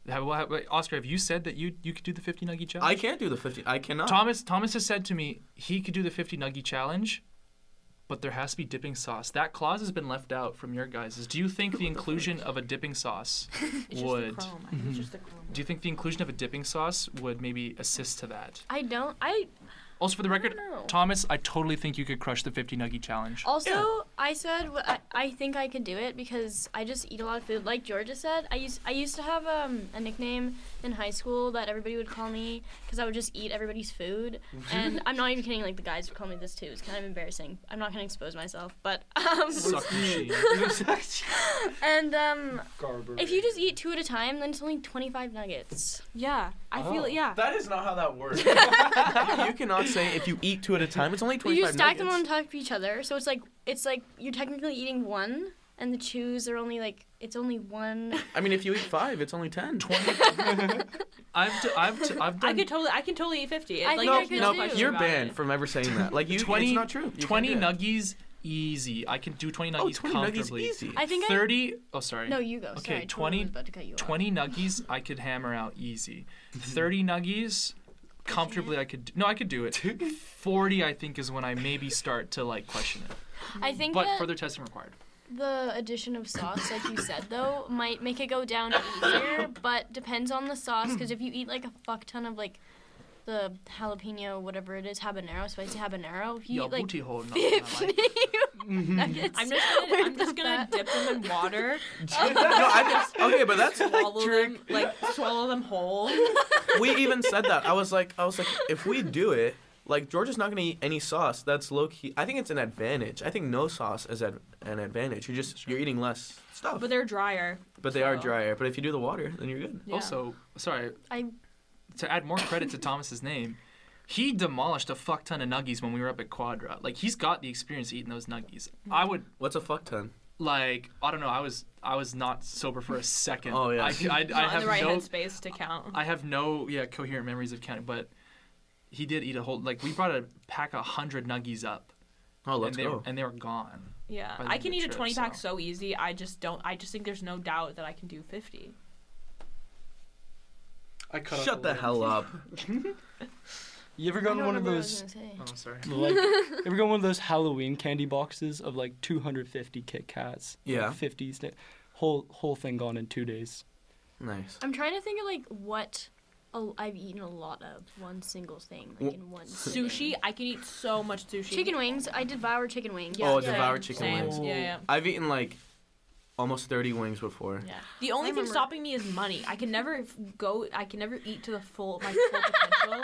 "Have- what- what- "Oscar, have you said that you you could do the fifty nugget challenge?"
I can't do the fifty. I cannot.
Thomas Thomas has said to me he could do the fifty nugget challenge, but there has to be dipping sauce. That clause has been left out from your guys. Do you think the inclusion of a dipping sauce
It's
would?
just the chrome. I think it's just the chrome.
[LAUGHS]
Do you think the inclusion of a dipping sauce would maybe assist to that?
I don't. I
Also, for the record,
know. Oh.
Thomas, I totally think you could crush the 50 nugget challenge.
also I said wh- I, I think I could do it because I just eat a lot of food. Like Georgia said, I used I used to have um, a nickname in high school that everybody would call me because I would just eat everybody's food. and I'm not even kidding. Like the guys would call me this too. It's kind of embarrassing. I'm not gonna expose myself, but um,
Suck
[LAUGHS]
machine.
and um,
Garbage.
if you just eat two at a time, then it's only 25 nuggets.
Yeah, I feel.
Oh.
Yeah.
[LAUGHS] That is not how that works. [LAUGHS] you cannot say if you eat two at a time. It's only
But
twenty
you
five
stack
nuggets.
them on top of each other, so it's like it's like you're technically eating one, and the chews are only like it's only one.
I mean, if you eat five, it's only ten. [LAUGHS]
I've, d- I've, d-
[LAUGHS]
I've
I
done
could totally. I can totally eat fifty. It's
I
like,
think I
there's
could
no
too.
question
You're
about
banned
it.
from ever saying that. Like you,
20,
it's not true. You can't
20
do it.
nuggies, easy. I can do 20 nuggies
Oh, 20 nuggies,
comfortably.
easy.
I think I
30, oh, sorry.
No, you go.
Okay,
Sorry,
20
totally was about to cut you off.
20 nuggies, I could hammer out easy.
Mhm.
30 nuggies, comfortably I could, no, I could
[LAUGHS]
do it. 40, I think, is when I maybe start to, like, question it.
I think
But
that
further testing required.
the addition of sauce, like you said, though, might make it go down easier, but depends on the sauce. Because if you eat like a fuck ton of like the jalapeno, whatever it is, habanero, spicy habanero, if you
Your
eat like [LAUGHS]
booty hole, not gonna lie.
fifty nuggets, [LAUGHS]
I'm just gonna,
Where's
I'm just
the
gonna
fat?
dip them in
[LAUGHS]
water,
no, I think, okay, but that's
[LAUGHS] swallow them, like swallow them whole.
we even said that. I was like, I was like, if we do it, like Georgia's not gonna eat any sauce. That's low key. I think it's an advantage. I think no sauce is ad- an advantage. You're just you're eating less stuff.
But they're drier.
But they are drier. But if you do the water, then you're good.
Yeah.
[LAUGHS] Also, sorry,
I
to add more credit to Thomas's name, he demolished a fuck ton of nuggies when we were up at Quadra. Like he's got the experience eating those nuggies.
Mm-hmm.
I would
What's a fuck ton?
like I don't know. I was I was not sober for a second.
Oh, yeah.
I, I, I
not in
have
the right
no
headspace to count.
I have no yeah coherent memories of counting, but he did eat a whole like we brought a pack of hundred nuggies up
Oh, let's
and they
go.
were- and they were gone.
yeah,
by the
I
end
can
of the
eat a
trip,
twenty pack
so.
so easy. I just don't. I just think there's no doubt that I can do fifty.
I cut off
Shut the
leg.
hell [LAUGHS] up.
You ever
I
gotten
don't
one of
remember what I was
those?
gonna say.
[LAUGHS] Oh, sorry.
[LAUGHS] Like,
[LAUGHS]
ever gotten one of those Halloween candy boxes of like 250 Kit Kats? like,
Yeah.
50 sta- whole whole thing gone in two days.
Nice.
I'm trying to think of like what a, I've eaten a lot of one single thing like
Well,
in one sitting.
Sushi. I can eat so much sushi.
chicken wings. I devour chicken wings.
oh,
yeah.
devour chicken
Same.
wings.
wings.
Yeah, yeah.
I've eaten like almost 30 wings before.
Yeah.
The only
I
thing
remember.
stopping me is money. I can never f- go. I can never eat to the full my
[LAUGHS]
full potential.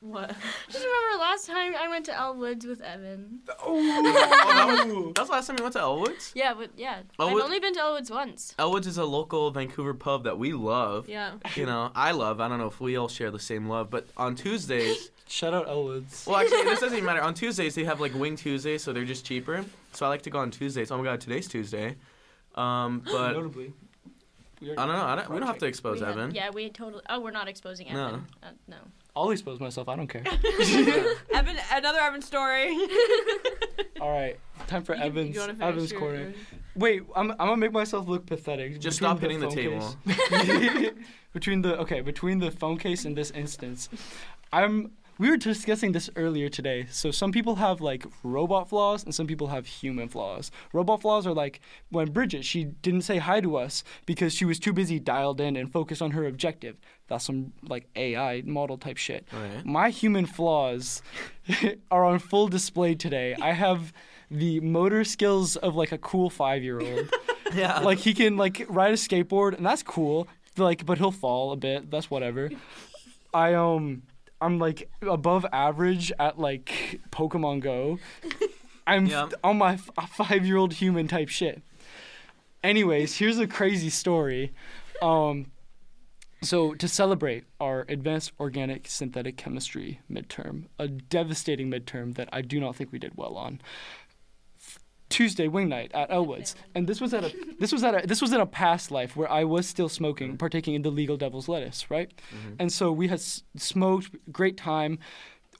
What?
Just remember last time I went to Elle Woods with Evan.
Oh,
[LAUGHS]
That's the last time we went to Elwood's.
Yeah, but yeah, I've
Elwood-
only been to Elle Woods once.
Elwood's is a local Vancouver pub that we love.
Yeah.
You know, I love. I don't know if we all share the same love, but on Tuesdays,
Shout out Elwoods.
well, actually, this doesn't even matter. On Tuesdays, they have like Wing Tuesdays, so they're just cheaper. So I like to go on Tuesdays. Oh my God, today's Tuesday. Um, but
Notably. We
I
already-
don't know. I don't, we don't have to expose
We had-
Evan.
yeah, we totally. Oh, we're not exposing
No.
Evan. Uh, no.
I'll expose myself. I don't
[LAUGHS]
care.
Evan, another Evan
[LAUGHS]
story.
All right, time for
You can-
Evan's
you wanna finish
Evan's
your-
corner.
your-
Wait, I'm, I'm gonna make myself look pathetic.
Just
Between
stop hitting the table.
phone case- [LAUGHS] between the okay, between the phone case and this instance, I'm. We were discussing this earlier today. So some people have like robot flaws and some people have human flaws. Robot flaws are like when Bridget she didn't say hi to us because she was too busy dialed in and focused on her objective. That's some like AI model type shit.
Alright.
My human flaws [LAUGHS] are on full display today. I have the motor skills of like a cool 5-year-old
[LAUGHS] Yeah.
like he can like ride a skateboard and that's cool like but he'll fall a bit that's whatever i um i'm like above average at like pokemon go i'm
Yeah.
on my f- five year old human type shit anyways here's a crazy story um so to celebrate our advanced organic synthetic chemistry midterm a devastating midterm that i do not think we did well on Tuesday wing night at Elwood's, and this was at a this was at a this was in a past life where I was still smoking, partaking in the legal devil's lettuce, right? And so we had s- smoked, great time,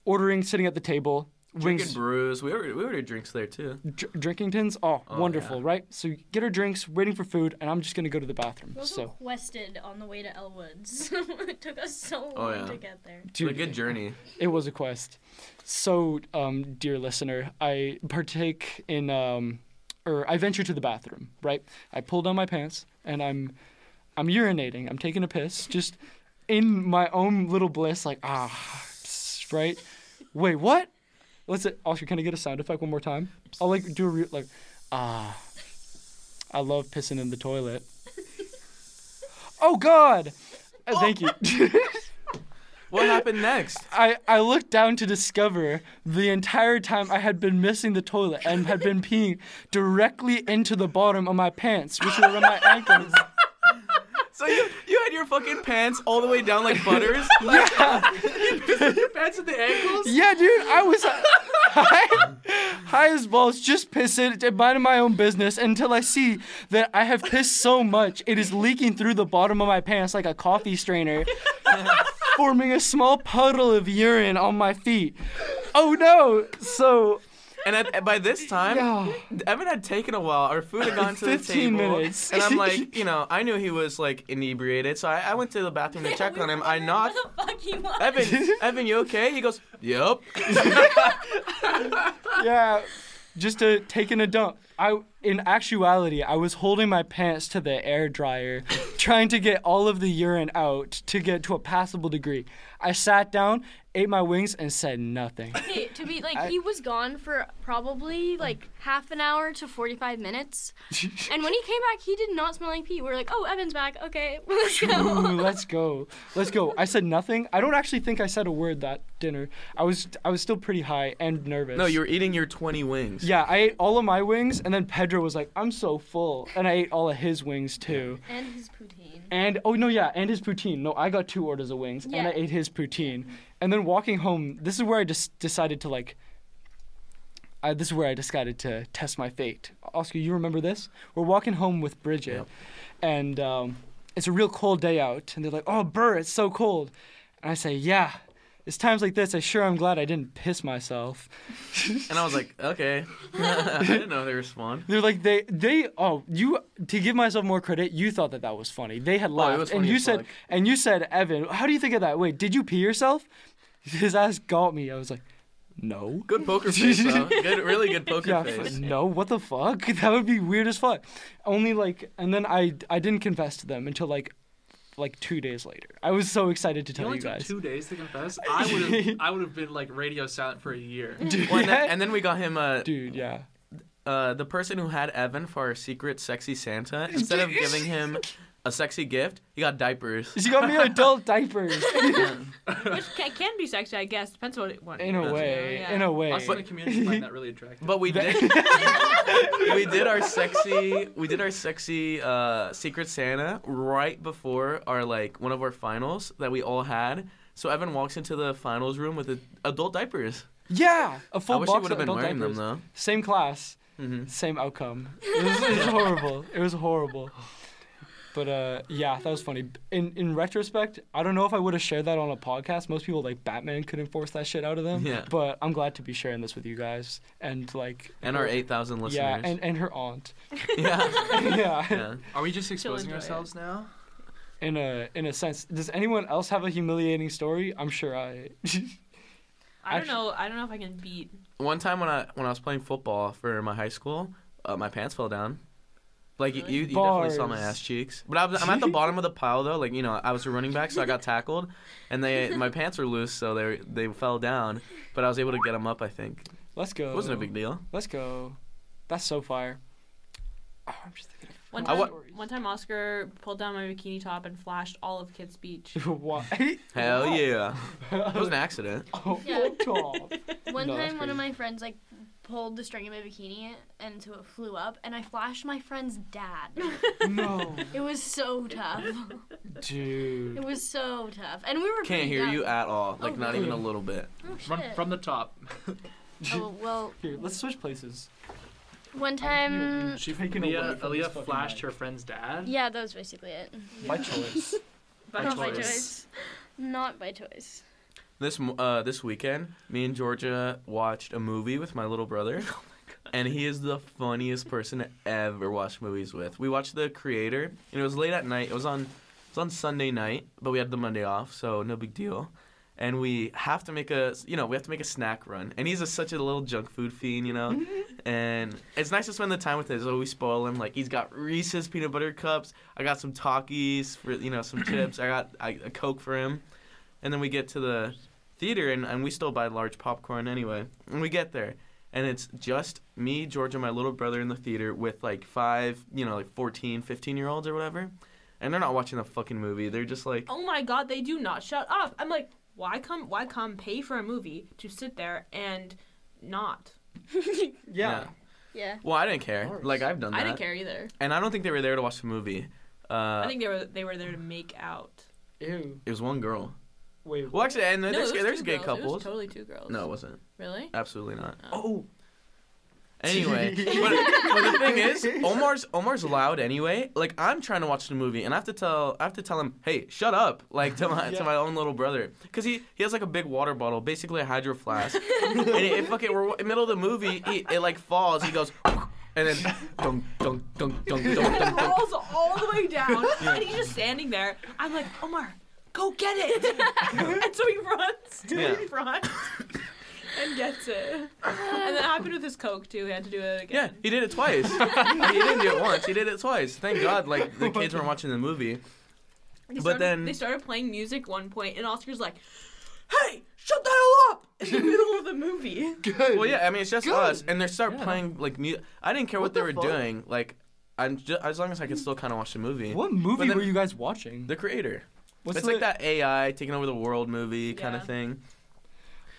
ordering, sitting at the table,
drinking
wings,
brews. We ordered, we ordered drinks there too.
dr- drinkingtons. Oh,
Oh,
wonderful,
yeah.
right? So you get our drinks, waiting for food, and I'm just gonna go to the bathroom.
We also
So,
quested on the way to Elwoods. [LAUGHS] it took us so long
Oh, yeah.
to get there.
It's a good journey.
It was a quest. So, um, dear listener, I partake in, um, or I venture to the bathroom. Right, I pull down my pants and I'm, I'm urinating. I'm taking a piss, just in my own little bliss. Like ah, psst, right. Wait, what? Let's Oscar. Can I get a sound effect one more time? I'll like do a re- like ah. I love pissing in the toilet. Oh God! Uh, Thank you. [LAUGHS]
What happened next?
I, I looked down to discover the entire time I had been missing the toilet and had been peeing directly into the bottom of my pants, which were around my ankles.
[LAUGHS] So you you had your fucking pants all the way down like [LAUGHS] butters. Like, [LAUGHS] your pants at the ankles.
Yeah, dude, I was uh, high, high as balls, just pissing, and minding my own business until I see that I have pissed so much it is leaking through the bottom of my pants like a coffee strainer, forming a small puddle of urine on my feet. Oh no! So,
And at, by this time,
yeah.
Evan had taken a while. Our food had gone to the
15
table.
minutes.
And I'm like, you know, I knew he was like inebriated, so I, I went to the bathroom to check on him. I knocked.
What the fuck he was?
[LAUGHS]
Evan, Evan, you okay? He goes, Yep.
yeah, just uh, taking a dump. I, in actuality, I was holding my pants to the air dryer, [LAUGHS] trying to get all of the urine out to get to a passable degree. I sat down, ate my wings, and said nothing.
Okay, to be like
I-
he was gone for probably like half an hour to 45 minutes
[LAUGHS]
and when he came back he did not smell like pee we were like oh evan's back okay [LAUGHS]
[LAUGHS]
[LAUGHS]
let's
Ooh,
go
let's go, let's go. I said nothing. I don't actually think I said a word that dinner. I was, I was still pretty high and nervous.
No, you were eating your 20 wings.
Yeah, I ate all of my wings, and then Pedro was like, "I'm so full," and I ate all of his wings too.
and his poutine
And oh no, yeah, and his poutine. No, I got two orders of wings, and
Yeah.
I ate his poutine. And then walking home, this is where I just decided to like. I, this is where I decided to test my fate. Oscar, you remember this? We're walking home with Bridget,
Yep.
and um, it's a real cold day out. And they're like, "Oh, Burr, it's so cold," and I say, "Yeah, It's times like this I sure am glad I didn't piss myself.
And I was like, okay. [LAUGHS] I didn't know they were spawn.
They're like they they oh you to give myself more credit you thought that that was funny they had laughed
Oh, was
and
funny
you
as
said
fuck.
and you said Evan how do you think of that wait did you pee yourself [LAUGHS] his ass got me I was like no
Good
[LAUGHS]
poker face, though. Good, really good poker
yeah f-
face.
[LAUGHS] no what the fuck [LAUGHS] that would be weird as fuck only like and then I I didn't confess to them until like like two days later I was so excited to
It
tell
only
you
took
guys
two days to [LAUGHS] confess. I would have I would have been like radio silent for a [LAUGHS] year.
[LAUGHS] Dude,
Well, and, then, and then we got him uh,
dude yeah
uh, the person who had Evan for our secret sexy Santa. Instead of giving him a sexy gift, he got diapers.
she got me
[LAUGHS]
adult diapers
Which can, can be sexy, I guess. Depends what it
[LAUGHS]
what
in a
That's-
way
Oh,
yeah.
in a way
Us in the community find that really attractive.
But we
[LAUGHS]
did. [LAUGHS] we did our sexy. We did our sexy uh, Secret Santa right before our like one of our finals that we all had. So Evan walks into the finals room with a, adult diapers.
yeah a full
I wish he
box
would have
of
been
adult
wearing
diapers.
them
Same class,
though. hmm
same outcome. It was, it was horrible. It was horrible. But uh, yeah, that was funny. In in retrospect, I don't know if I would have shared that on a podcast. Most people like Batman couldn't force that shit out of them.
Yeah.
But I'm glad to be sharing this with you guys and like.
And our eight thousand listeners.
Yeah, [LAUGHS] and, and her
[LAUGHS]
aunt.
yeah.
yeah.
yeah.
Are we just exposing
enjoy it.
ourselves now?
In a in a sense, does anyone else have a humiliating story? I'm sure I. [LAUGHS]
I don't
Actually-
know. I don't know if I can beat.
One time when I when I was playing football for my high school, uh, my pants fell down. Like you, you definitely saw my
Bars.
ass cheeks. But I was, I'm at the bottom of the pile though. Like you know, I was a running back, so I got tackled, and they
[LAUGHS]
my pants were loose, so they they fell down. But I was able to get them up. I think
Let's go.
it wasn't a big deal.
Let's go. That's so fire. Oh, I'm just thinking.
One
I
time,
wa-
one time, Oscar pulled down my bikini top and flashed all of
[LAUGHS]
Kids Beach.
of- [LAUGHS] Why?
Hell yeah! It was
Oh,
an accident.
Yeah.
top.
[LAUGHS] One
No, that's
time, one
crazy.
of my friends like pulled the string of my bikini and so it flew up, and I flashed my friend's dad.
[LAUGHS]
[LAUGHS]
No,
it was so tough.
dude.
It was so tough, and we were
Can't
pretty
hear
young.
you at all.
Oh,
Like not even a
really?
little bit.
Oh,
Run
shit.
from the top.
oh well,
Here, let's switch places.
one
you-
time.
She
Taken away
Leah,
from this
Leah
fucking
flashed
mic.
her friend's dad.
Yeah, that was basically it.
My [LAUGHS] choice.
By
Not by
choice.
choice. Not by choice.
This m- uh, this weekend, me and Georgia watched a movie with my little brother, and he is the funniest person to ever watch movies with. We watched The Creator, and it was late at night. It was on it was on Sunday night, but we had the Monday off, so no big deal. And we have to make a you know we have to make a snack run, and he's a, such a little junk food fiend, you know. and it's nice to spend the time with him. So we spoil him. Like he's got Reese's peanut butter cups. I got some Takis for you know some chips. I got I, a Coke for him. And then we get to the theater, and, and we still buy large popcorn anyway. And we get there, and it's just me, Georgia, my little brother in the theater with like five, you know, like 14, 15 year olds or whatever. And they're not watching the fucking movie. They're just like,
Oh my god, they do not shut up. I'm like, why come? Why come? Pay for a movie to sit there and not.
yeah.
Yeah.
Well, I didn't care. Like, I've done that.
I didn't care either.
And I don't think they were there to watch the movie. Uh,
I think they were they were there to make out.
Ew.
it was one girl.
Wait.
Well, actually, and
no,
there's,
it was
there's
two
gay
girls. It
couples.
was totally two girls.
no, it wasn't.
really.
Absolutely not.
Oh. [LAUGHS]
Anyway, but, but the thing is, Omar's Omar's loud anyway. Like I'm trying to watch the movie, and I have to tell I have to tell him, hey, shut up, like to my
Yeah.
to my own little brother, because he he has like a big water bottle, basically a hydro flask, and if fucking we're in the middle of the movie, he, it like falls, he goes, and
[LAUGHS]
then dunk dunk dunk dunk dunk dunk. [LAUGHS] dunk.
rolls all the way down, and he's just standing there. I'm like, Omar, go get it! and so he runs to
Yeah.
the front and gets it. And that happened with his coke too. He had to do it
Yeah,
again.
he did it
[LAUGHS]
twice. he didn't do it once. He did it twice. Thank God, like the kids weren't watching the movie.
They
but
started-
then-
they started playing music at one point, and Oscar's like, "Hey, shut the hell up!" in the middle of the movie.
Good.
Well, yeah, I mean, it's just
Good.
us, and they start
Yeah.
playing like mu- I didn't care what,
What
they
the
were
fuck?
doing. Like, I'm ju- as long as I could still kind of watch the movie.
What movie
But then-
were you guys watching?
The creator.
What's
it's
the-
like that AI taking over the world movie kind
Yeah.
of thing.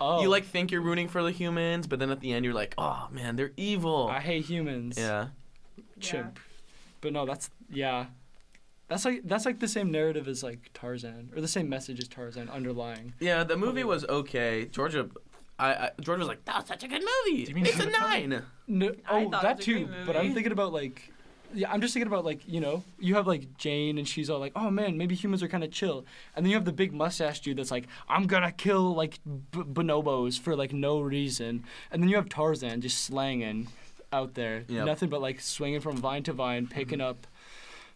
Oh.
You like think you're rooting for the humans, but then at the end you're like, oh man, they're evil.
I hate humans.
yeah.
Chimp. But no, that's yeah. That's like that's like the same narrative as like Tarzan, or the same message as Tarzan underlying.
Yeah, the movie was okay. Georgia, I, I Georgia was like, that was such a good movie.
Do you mean
it's a
Avatar?
nine.
No,
I
oh,
thought it
that
was a
too.
great
But I'm
movie.
thinking about like yeah, I'm just thinking about like you know you have like Jane and she's all like oh man maybe humans are kind of chill and then you have the big mustache dude that's like I'm gonna kill like b- bonobos for like no reason and then you have Tarzan just slanging out there
Yep.
nothing but like swinging from vine to vine picking up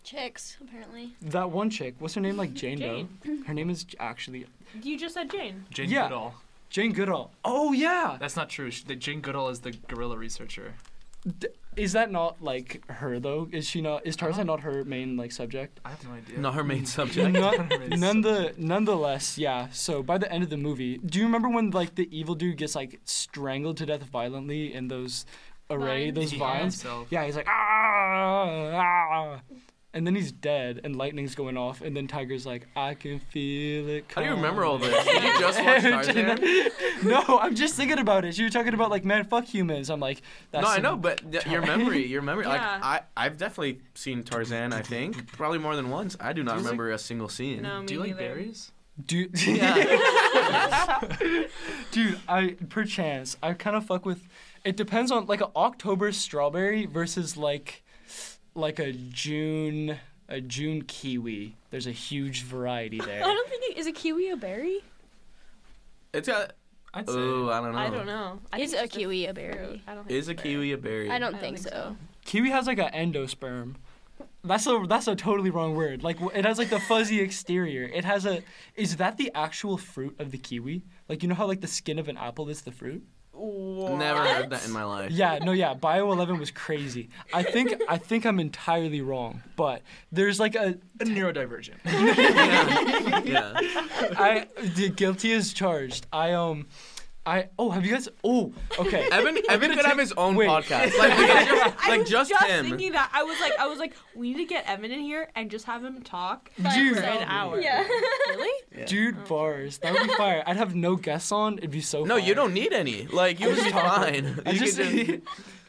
Chicks, apparently.
that one chick what's her name like Jane,
Jane.
though [CLEARS THROAT] her name is j- actually
You just said Jane.
Jane
Yeah.
Goodall.
Jane Goodall oh yeah
That's not true. She, the Jane Goodall is the gorilla researcher.
is that not like her though is she not is Tarzan not her main like subject
I have no idea. [LAUGHS]
Not her main subject.
None, none the nonetheless, yeah. So by the end of the movie, do you remember when like the evil dude gets like strangled to death violently in those array
Vines.
those
He hung
vines?
himself.
Yeah, he's like ah, ah, and then he's dead, and lightning's going off, and then Tiger's like I can feel it.
How do you
coming."
remember all
[LAUGHS]
this? Did you just watch Tarzan?
no, I'm just thinking about it. You were talking about like man, fuck humans. I'm like that's
No, I
some-
know, but th- your
Tar- [LAUGHS]
memory, your memory.
Yeah.
Like I, I've definitely seen Tarzan. I think probably more than once. I do not
Do you like-
remember a single scene.
No, me
Do you like
neither.
berries?
Dude, dude, I perchance I kind of fuck with. It depends on like a October strawberry versus like like a June a June kiwi. There's a huge variety there.
I don't think it is a kiwi a berry.
It's got.
[LAUGHS] I'd say.
Oh, I don't know.
I don't know. I
Is
think
a
it's just
kiwi a
fruit.
berry?
I don't think
Is a
it's berry.
kiwi a berry?
I don't,
I don't
think,
think
so.
kiwi has like an endosperm. That's a that's a totally wrong word. Like it has like the fuzzy exterior. It has a. Is that the actual fruit of the kiwi? Like you know how like the skin of an apple is the fruit.
Never heard that in my life.
Yeah, no, yeah. Bio 11 was crazy. I think I think I'm entirely wrong, but there's like a
A [LAUGHS] neurodivergent.
[LAUGHS]
Yeah. yeah.
I the guilty is charged. I um I oh, have you guys Oh, okay.
[LAUGHS]
Evan, Evan could
take-
have his own
wait.
podcast. Like, we could just,
I
like
was
just,
just
him.
thinking that I was like I was like we need to get Evan in here and just have him talk
Dude.
for an hour. Oh.
Yeah.
Really?
Dude bars. That would be fire. I'd have no guests on. It'd be so
No, you
fire.
don't need any. Like, you would be fine.
I
You
just, [LAUGHS]
could just-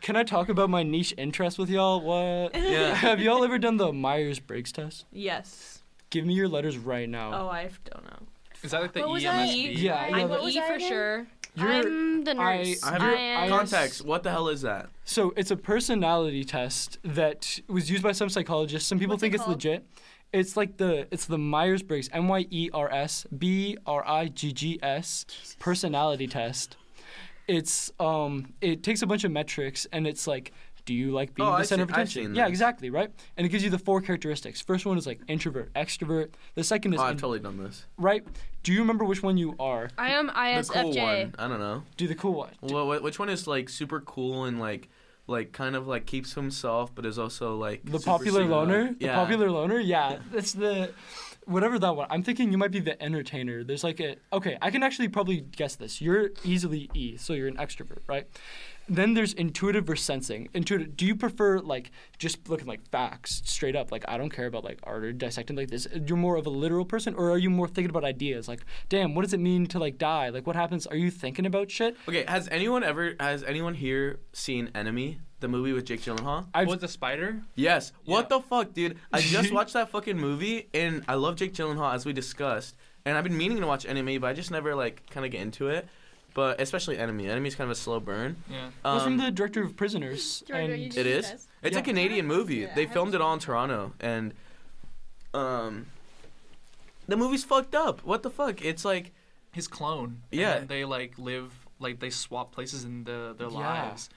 Can I talk about my niche interest with y'all? What?
[LAUGHS]
yeah.
Have y'all ever done the Myers-Briggs test?
Yes.
Give me your letters right now.
Oh, I f- don't know.
Is that E like the
What was that?
EMSB?
[LAUGHS] Yeah, I
I'm
love
it.
E for sure.
I'm the
I-
nurse.
I have your
am-
context. What the hell is that?
So it's a personality test that was used by some psychologists. Some people
What's it
think it's
called?
legit. It's like the it's the Myers Briggs M Y E R S B R I G G S personality test. It's um it takes a bunch of metrics and it's like do you like being
Oh,
the
I've seen-
center of
I've
attention?
seen
Yeah,
those.
exactly, right? And it gives you the four characteristics. First one is like introvert, extrovert. The second is
Oh, I've
in-
totally done this.
right. Do you remember which one you are?
I am
The cool
ISFJ.
one. I don't know.
Do the cool one.
Well, wh- which one is like super cool and like, like kind of like keeps to himself, but is also like
The
super
popular
secret?
loner?
Yeah.
The popular loner? Yeah. That's the whatever that one. I'm thinking you might be the entertainer. There's like a okay, I can actually probably guess this. You're easily E, so you're an extrovert, right? Then there's intuitive versus sensing. Intuitive do you prefer like just looking like facts straight up? Like I don't care about like art or dissecting like this. You're more of a literal person or are you more thinking about ideas? Like, damn, what does it mean to like die? Like what happens? Are you thinking about shit?
Okay, has anyone ever has anyone here seen Enemy, the movie with Jake Gyllenhaal?
I've-
Was the spider?
Yes. What the fuck, dude? I
[LAUGHS]
just watched that fucking movie, and I love Jake Gyllenhaal as we discussed, and I've been meaning to watch Enemy, but I just never like kind of get into it. But especially Enemy, Enemy's kind of a slow burn.
Yeah.
Um,
Well, from the director of Prisoners.
Director,
and-
you just-
it is.
Yes.
It's
Yeah.
a Canadian movie.
Yeah, I
they
haven't
filmed it all in Toronto, and um, the movie's fucked up. What the fuck? It's like
His clone. And
Yeah.
then they like live like they swap places in the, their
Yeah.
lives.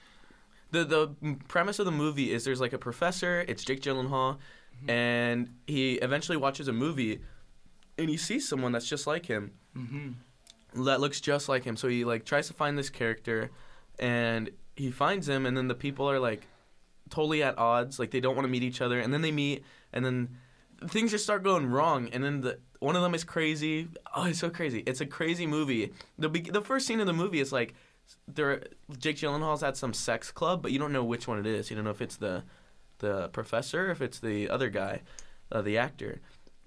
the the premise of the movie is there's like a professor. It's Jake Gyllenhaal, and he eventually watches a movie, and he sees someone that's just like him.
Mhm.
that looks just like him. So he like tries to find this character, and he finds him, and then the people are like totally at odds. Like they don't want to meet each other, and then they meet, and then things just start going wrong. And then the one of them is crazy. Oh, it's so crazy! It's a crazy movie. The be- the first scene of the movie is like there. Jake Gyllenhaal's at some sex club, but you don't know which one it is. You don't know if it's the the professor, if it's the other guy, uh, the actor,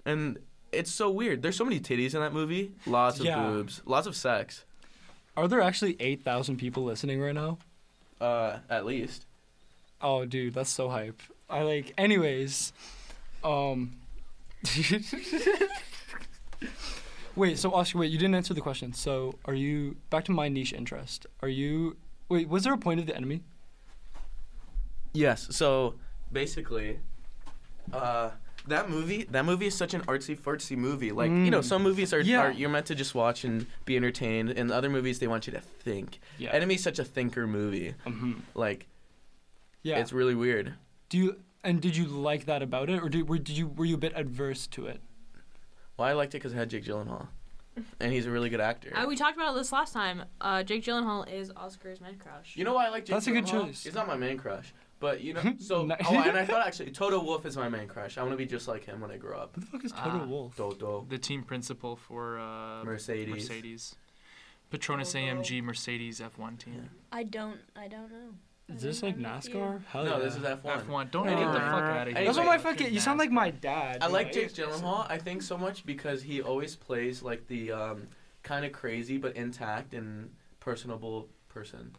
and. It's so weird. There's so many titties in that movie. Lots of
Yeah.
boobs. Lots of sex.
Are there actually 8,000 people listening right now?
Uh, at least.
Oh, dude, that's so hype. I like. Anyways, um. [LAUGHS] wait, so Oscar, wait, you didn't answer the question. So, are you back to my niche interest? Are you? Wait, was there a point of the enemy?
Yes. So basically, uh, that movie that movie is such an artsy fartsy movie. Like you know,
Mm.
some movies are,
Yeah.
are you're meant to just watch and be entertained, and other movies they want you to think.
Yeah.
Enemy's such a thinker movie.
Mhm.
Like
Yeah.
Mm-hmm. it's really weird.
do you and did you like that about it, or did, were, did you were you a bit adverse to it?
Well, I liked it because it had Jake Gyllenhaal, and he's a really good actor.
Uh, we talked about this last time. Uh, Jake Gyllenhaal is Oscar's man crush.
you know why I like Jake
That's a good
Gyllenhaal?
choice.
He's not my main crush, but you
[LAUGHS]
know. So
Nice.
oh, and I thought actually Toto Wolf is my main crush. I want to be just like him when I grow up.
What the fuck is Total
Ah.
Wolf?
Toto.
the team principal for uh,
Mercedes.
Mercedes. Petronas
Oh,
AMG Mercedes F1 team.
I don't. I don't know.
Is this like NASCAR? Hell
No,
yeah.
this is F1.
F1. Don't edit the fuck out of here.
That's
Anyway,
what my fucking. You sound like my dad.
I
dude.
like Jake Gyllenhaal. I think so much because he always plays like the um, kind of crazy but intact and personable person.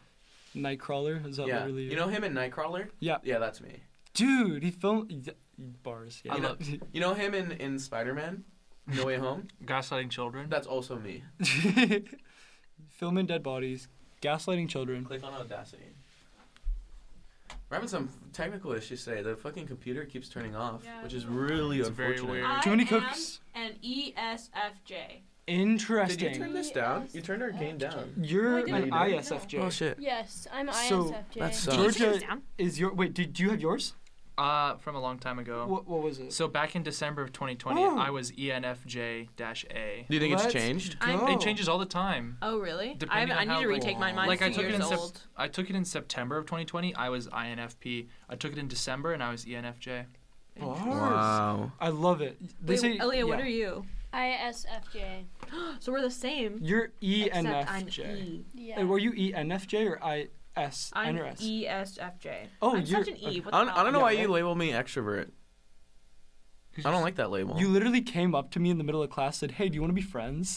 Nightcrawler. Is that
yeah,
literally?
you know him in Nightcrawler.
Yeah.
yeah, that's me.
Dude, he filmed bars. Yeah.
I
You
[LAUGHS]
know,
love-
you know him in in Spider Man, No Way Home.
Gaslighting children.
That's also me.
filming dead bodies, gaslighting children.
Click on Audacity. We're having some technical issues today. The fucking computer keeps turning off,
Yeah.
which is really
It's very
unfortunate.
weird.
I
Too many
am
cooks.
an E ESFJ.
Did you turn
Interesting.
this down? You turned our gain down.
You're
No, I
an
didn't.
ISFJ.
Oh shit.
Yes, I'm
So,
ISFJ.
that sucks.
Did you turn this
Georgia-
down?
Is your wait? Did do you have yours?
Uh, from a long time ago.
What What was it?
So back in December of 2020,
Oh.
I was E ENFJ-A.
Do you think
Let's
it's changed?
I'm-
go.
It changes all the time.
Oh really? I,
Depending
I
on how,
need to
like-
retake my mind.
like
two
I took it
years
in
old.
Sep- I took it in September of 2020. I was INFP. I took it in December and I was E ENFJ.
Bars.
Wow.
I love it. They
Wait,
say,
Elia, what
yeah.
are you? [GASPS]
ISFJ.
So we're the same.
You're E
Except I'm
ENFJ.
E.
Yeah.
And were you ENFJ or IS?
I'm E
NRS?
ESFJ.
Oh,
I'm
you're-
such an E.
okay.
What the
I don't, I don't know
Yeah,
why you
right?
label me extrovert. I don't like that label.
You literally came up to me in the middle of class, said, "Hey, do you want to be
[LAUGHS]
friends?"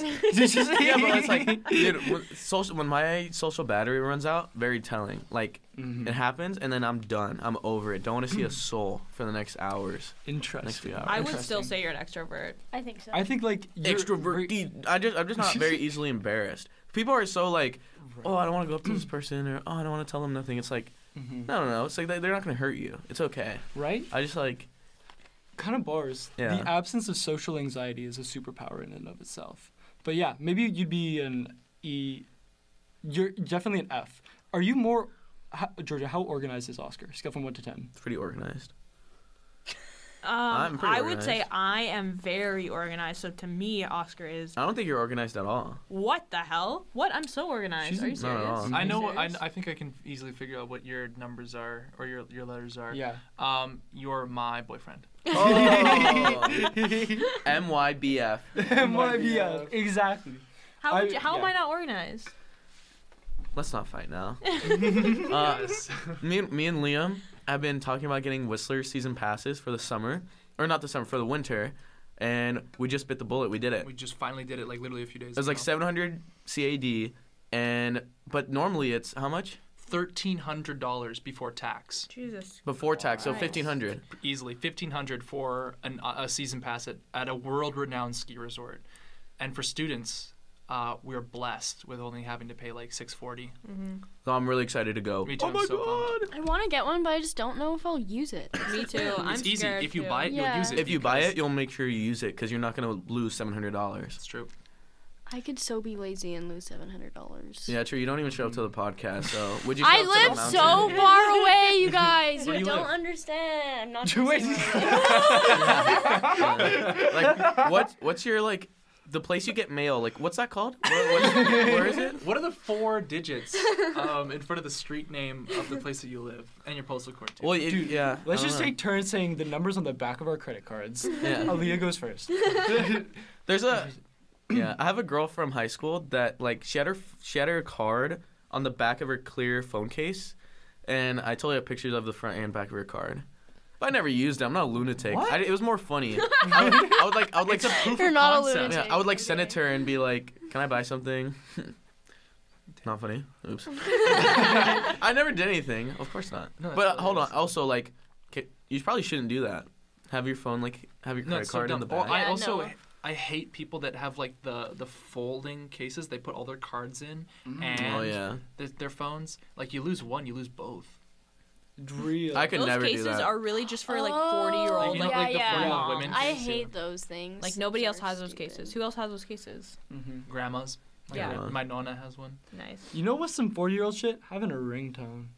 [LAUGHS]
Just-
yeah, but it's
[LAUGHS]
like, dude, when, social, when my social battery runs out, very telling. Like,
Hmm. Mm-hmm.
it happens, and then I'm done. I'm over it. Don't want to see a soul for the next hours, next
interesting.
few hours.
I would still
Interesting.
say you're an extrovert.
I think so.
I think like you're
Extrovert.
very-
I just, I'm just not very easily embarrassed. People are so like, oh, I don't want to go up to this person, or oh, I don't want to tell them nothing. It's like,
Mhm.
I don't know. It's like they- they're not gonna hurt you. It's okay.
right?
I just like,
Kind of bars.
Yeah.
The absence of social anxiety is a superpower in and of itself. But yeah, maybe you'd be an E. You're definitely an F. Are you more, how, Georgia? How organized is Oscar? Scale from one to ten.
it's pretty organized.
Um,
I'm pretty
I would say
organized.
I am very organized. So to me, Oscar is
I don't think you're organized at all.
what the hell? What? I'm so organized.
She's
Are you
not
at
serious?
all.
I know.
Are you
I,
serious?
I think I can easily figure out what your numbers are or your your letters are.
Yeah.
Um, you're my boyfriend.
[LAUGHS]
Oh. MYBF.
MYBF. uh, Exactly.
How, would
I-
you, how am
yeah.
I not organized?
Let's not fight
[LAUGHS]
now. uh, me, and- me and Liam have been talking about getting Whistler season passes for the summer, or not the summer, for the winter, and we just bit the bullet. We did it.
[LAUGHS] We just finally did it like literally a few days.
It was like
ago.
700 CAD, and but normally it's how much
thirteen hundred dollars before tax,
Jesus.
before tax, so
Nice.
1500.
easily fifteen hundred for an, a season pass at, at a world-renowned ski resort, and for students, uh, we're blessed with only having to pay like six forty.
So I'm really excited to go.
Me too, I'm so pumped.
I want to get one, but I just don't know if I'll use it.
[LAUGHS] Me too. I'm
It's easy
scared
if you
too.
buy it,
Yeah.
you'll use it.
If you buy
because-
it, you'll make sure you use it because you're not gonna lose 700 dollars.
it's true.
I could so be lazy and lose seven hundred dollars.
Yeah, true. You don't even show up to the podcast, so would you? Show
I
up
live
to the
so
[LAUGHS] mountain?
far away,
[LAUGHS]
you guys.
Where
you
do you
don't
live?
understand. I'm
[LAUGHS]
not.
Wait. [LAUGHS]
gonna say where I live.
like what? What's your like? The place you get mail, like what's that called? [LAUGHS] Where- what- where is it?
What are the four
[LAUGHS]
digits um, in front of the street name of the place that you live and your postal code? Too?
[LAUGHS] Well, it,
Dude,
yeah. I
Let's
don't
just
know.
take turns saying the numbers on the back of our credit cards.
Yeah.
Aaliyah goes first. [LAUGHS]
There's a. Yeah, I have a girl from high school that like she had her she had her card on the back of her clear phone case, and I totally have pictures of the front and back of her card. But I never used it. I'm not a lunatic.
What?
I, it was more
[LAUGHS]
funny. I, would, I would like I would like to,
You're not a
concept.
lunatic.
yeah, I would like send it to her and be like, "Can I buy something?" [LAUGHS] not funny. Oops. [LAUGHS] I never did anything. Of course not.
No, that's
but uh,
hilarious.
hold on. Also, like, ca- you probably shouldn't do that. Have your phone like have your
No,
credit
it's so
card in
dumb.
the
Or
back.
I
Yeah,
also
no.
I hate people that have like the the folding cases. They put all their cards in and
Oh yeah.
th- their phones. Like you lose one, you lose both.
Real.
I could
Those
never
cases
do that.
are really just for like 40 year
Like,
old
you
like,
know, like, the
Oh, yeah,
forty-year-old
mom.
women
I
cases, yeah.
hate those things.
like nobody
Those
else
are
has those
stupid.
cases. Who else has those cases?
hmm
grandmas. Like,
Yeah.
uh, My nonna has one.
Nice.
You know what's some 40 year old shit? Having a ringtone.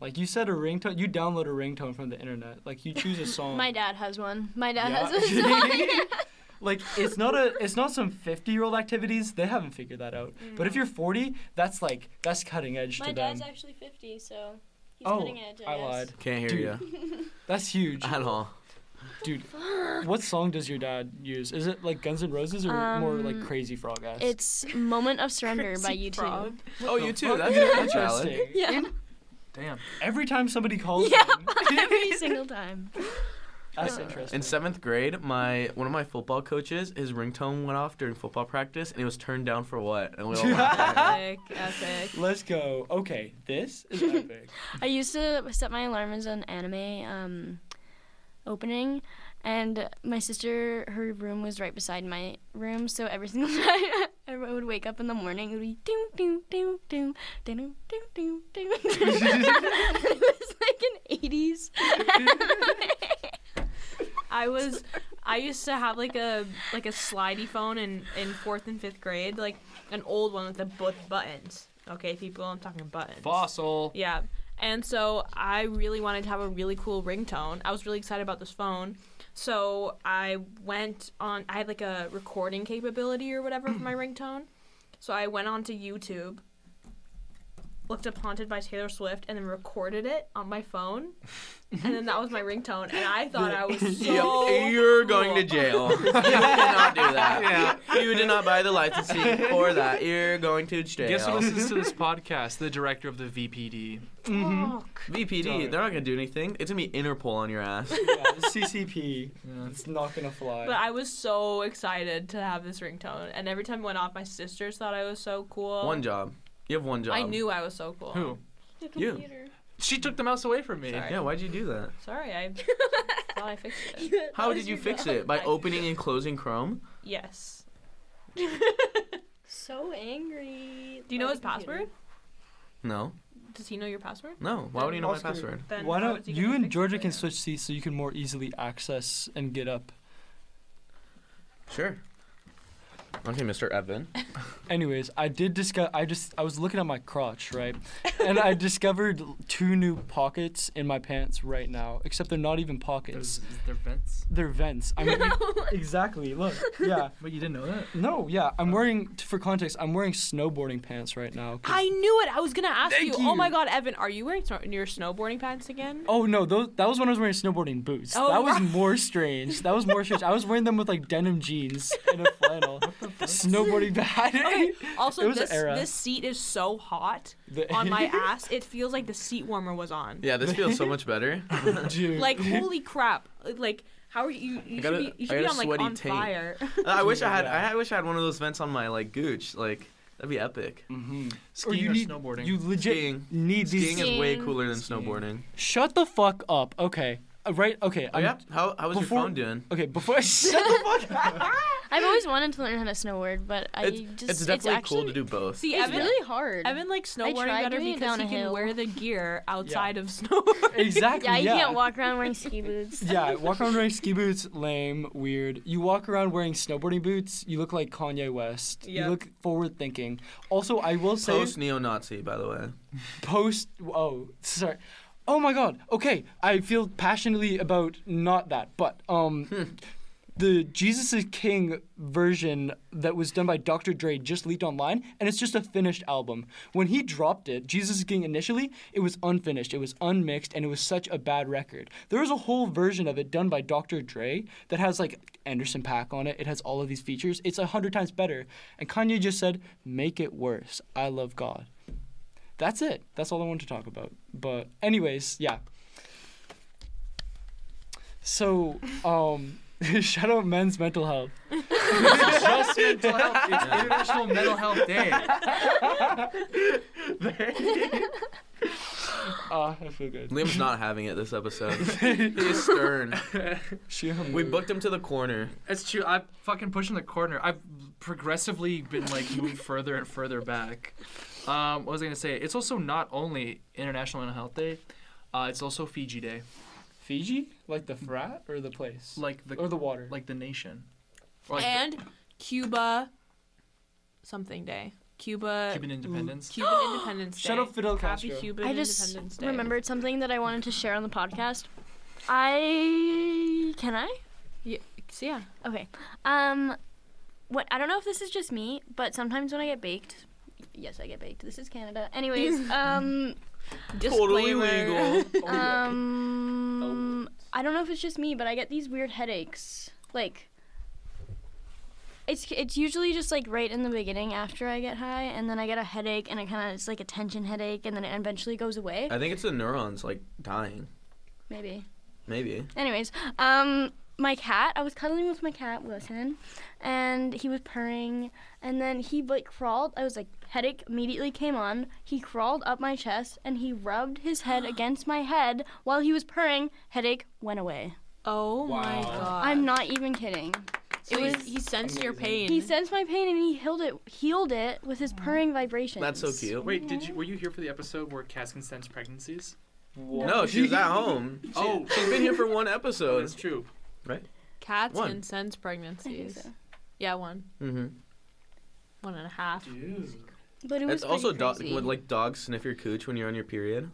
Like you said, a ringtone. You download a ringtone from the internet. Like you
[LAUGHS]
choose a song.
My dad has one. My dad [LAUGHS]
Yeah. [LAUGHS]
has a song.
like it's not a it's not some 50 year old activities. They haven't figured that out. But if you're 40, that's like that's cutting edge
My
to
dad's
them.
actually 50, so he's
Oh,
cutting edge.
I lied.
Can't hear
[LAUGHS]
Dude.
you
That's huge.
at all.
Dude, what song does your dad use? Is it like Guns N' Roses or more like
Um,
Crazy Frog ass?
It's Moment of Surrender by
Crazy
U2.
frog.
Oh, you too.
Fuck,
That's,
yeah,
that's valid.
interesting.
Yeah,
Damn.
Every time somebody calls
Yeah.
them,
[LAUGHS] every single time.
[LAUGHS] that's
Uh,
interesting.
In seventh grade, my one of my football coaches, his ringtone went off during football practice, and it was turned down for what? And we
[LAUGHS]
all laughed at him. [LAUGHS]
epic, epic.
Let's go. Okay, this is epic.
I used to set my alarm as an anime um, opening, and my sister, her room was right beside my room, so every [LAUGHS] single time I would wake up in the morning, it would be doo doo doo doo doo doo doo doo. [LAUGHS] It was like an 80s.
I was I used to have like a like a slidey phone in in fourth and fifth grade, like an old one with the both buttons. Okay, people, I'm talking buttons.
Fossil.
Yeah. And so I really wanted to have a really cool ringtone. I was really excited about this phone. So I went on I had like a recording capability or whatever for
[CLEARS THROAT]
my ringtone. So I went onto YouTube, looked up Haunted by Taylor Swift and then recorded it on my phone. And then that was my ringtone and I thought I was
[LAUGHS]
so
Yep, you're going to jail. [LAUGHS] you did not do that. You did not buy the licensing for that. You're going to jail.
Guess who listens
[LAUGHS]
to this podcast? The director of the VPD.
Mm-hmm.
Fuck.
VPD,
Sorry.
they're not gonna do anything. It's gonna be Interpol on your ass.
Yeah, the CCP. It's not gonna fly.
But I was so excited to have this ringtone, and every time it went off, my sisters thought I was so cool.
one job. You have one job.
I knew I was so cool.
Who?
You.
She took the mouse away from me.
Sorry.
Yeah, why'd you do that?
Sorry, [LAUGHS] I thought I fixed it.
How did you fix it? By opening and closing Chrome?
Yes.
So angry.
Do you know his password?
No.
Does he know your password?
No. Why would you know my
Oscar.
password?
Then
Why
how
don't
is he gonna
you and
fix
Georgia
it?
can switch seats so you can more easily access and get up?
Sure. Okay, Mr. Evan.
Anyways, I did discuss. I just I was looking at my crotch, right, and I discovered two new pockets in my pants right now. Except they're not even pockets;
There's, there vents.
they're vents. I'm exactly. Look, yeah,
But you didn't know that. Oh.
no, yeah. I'm wearing t- for context. I'm wearing snowboarding pants right now. 'cause-
I knew it. I was gonna ask
Thank
you. Oh my
you.
God, Evan, are you wearing snow- your snowboarding
[LAUGHS]
pants again?
Oh no, those, that was when I was wearing snowboarding boots.
Oh,
that was
right.
more strange. That was more strange. I was wearing them with like denim jeans and a
[LAUGHS]
flannel. snowboarding bad. [LAUGHS]
Okay. Also,
It was an
this
era.
this seat is so hot
[LAUGHS]
on my ass. It feels like the seat warmer was on.
Yeah, this feels so much
[LAUGHS]
better.
Dude.
Like holy crap! Like how are you? You, you
got
should
a-
be,
I
you should be
got a
on like
sweaty
on
taint.
fire. [LAUGHS]
I wish I had.
Yeah.
I wish I had one of those vents on my like gooch. Like that'd be epic.
Mhm.
Skiing or,
you need-
snowboarding.
You legit
Mm-hmm. Skiing.
need these.
Skiing is way
Skiing.
cooler than
Skiing.
snowboarding.
Shut the fuck up. Okay. Uh, Right. Okay.
Oh
I'm-
yeah. How how was
Before-
your phone doing?
Okay. [LAUGHS] Before.
[LAUGHS]
Shut the fuck up.
I've always wanted to learn how to snowboard, but I
It's,
just.
it's definitely
actually,
cool to do both.
See,
It's
Evan,
really hard.
Evan likes snowboarding
tried
better
doing it
because
down
he
a
can
hill.
wear
[LAUGHS]
the gear outside of snowboarding.
Exactly.
yeah,
Yeah.
you can't walk around wearing ski boots.
Yeah, walk around wearing ski boots, lame, weird. You walk around wearing snowboarding boots, you look like Kanye West.
Yep.
You look forward thinking. Also, I will say
Post neo Nazi, by the way.
post oh sorry oh my god okay i feel passionately about not that but um the jesus is king version that was done by dr dre just leaked online and it's just a finished album when he dropped it jesus is king initially it was unfinished it was unmixed and it was such a bad record there was a whole version of it done by dr dre that has like anderson pack on it it has all of these features it's a hundred times better and kanye just said make it worse i love god that's it. That's all I wanted to talk about. But anyways, yeah. So, um, [LAUGHS] shout out men's mental health.
[LAUGHS]
just mental health. It's International Mental Health Day.
Ah, I feel good.
Liam's not having it this episode. he is stern.
She
We booked him to the corner.
It's true. I'm fucking pushing the corner. I've progressively been like moved further and further back. Um, what was I gonna say? It's also not only International Mental Health Day. Uh, it's also Fiji Day,
Fiji? Like the frat or the place?
like the
or the water?
like the nation, or like
and Cuba something day. Cuba
Cuban independence.
Cuban Independence Day.
Shut up, Fidel
Happy
Castro.
Cuban
I just
Independence Day.
[LAUGHS] remembered something that I wanted to share on the podcast. I can I?
Yeah, so yeah.
Okay. Um, what I don't know if this is just me, but sometimes when I get baked, yes, I get baked. This is Canada. Anyways, um,
Totally
Disclaimer.
legal.
[LAUGHS] um, I don't know if it's just me, but I get these weird headaches. Like, it's it's usually just like right in the beginning after I get high, and then I get a headache, and it kind of it's like a tension headache, and then it eventually goes away.
I think it's the neurons like dying.
Maybe.
Maybe.
Anyways, um, my cat. I was cuddling with my cat Wilson, and he was purring, and then he like crawled. I was like headache immediately came on. He crawled up my chest and he rubbed his head against my head while he was purring. Headache went away.
Oh my
Wow.
god.
I'm not even kidding.
So
it
he-
was-
he sensed your
amazing.
pain.
He sensed my pain and he healed it. Healed it with his purring vibrations.
That's so cute.
Wait, did you were you here for the episode where cats can sense pregnancies?
No, she was at home.
Oh,
She's been here for one
oh,
episode.
that's true.
Cats
One.
can sense
I think
pregnancies.
so.
Yeah, one.
Mm-hmm.
One and a half.
But it was
It's also
pretty
do-
crazy.
would like dogs sniff your cooch when you're on your period.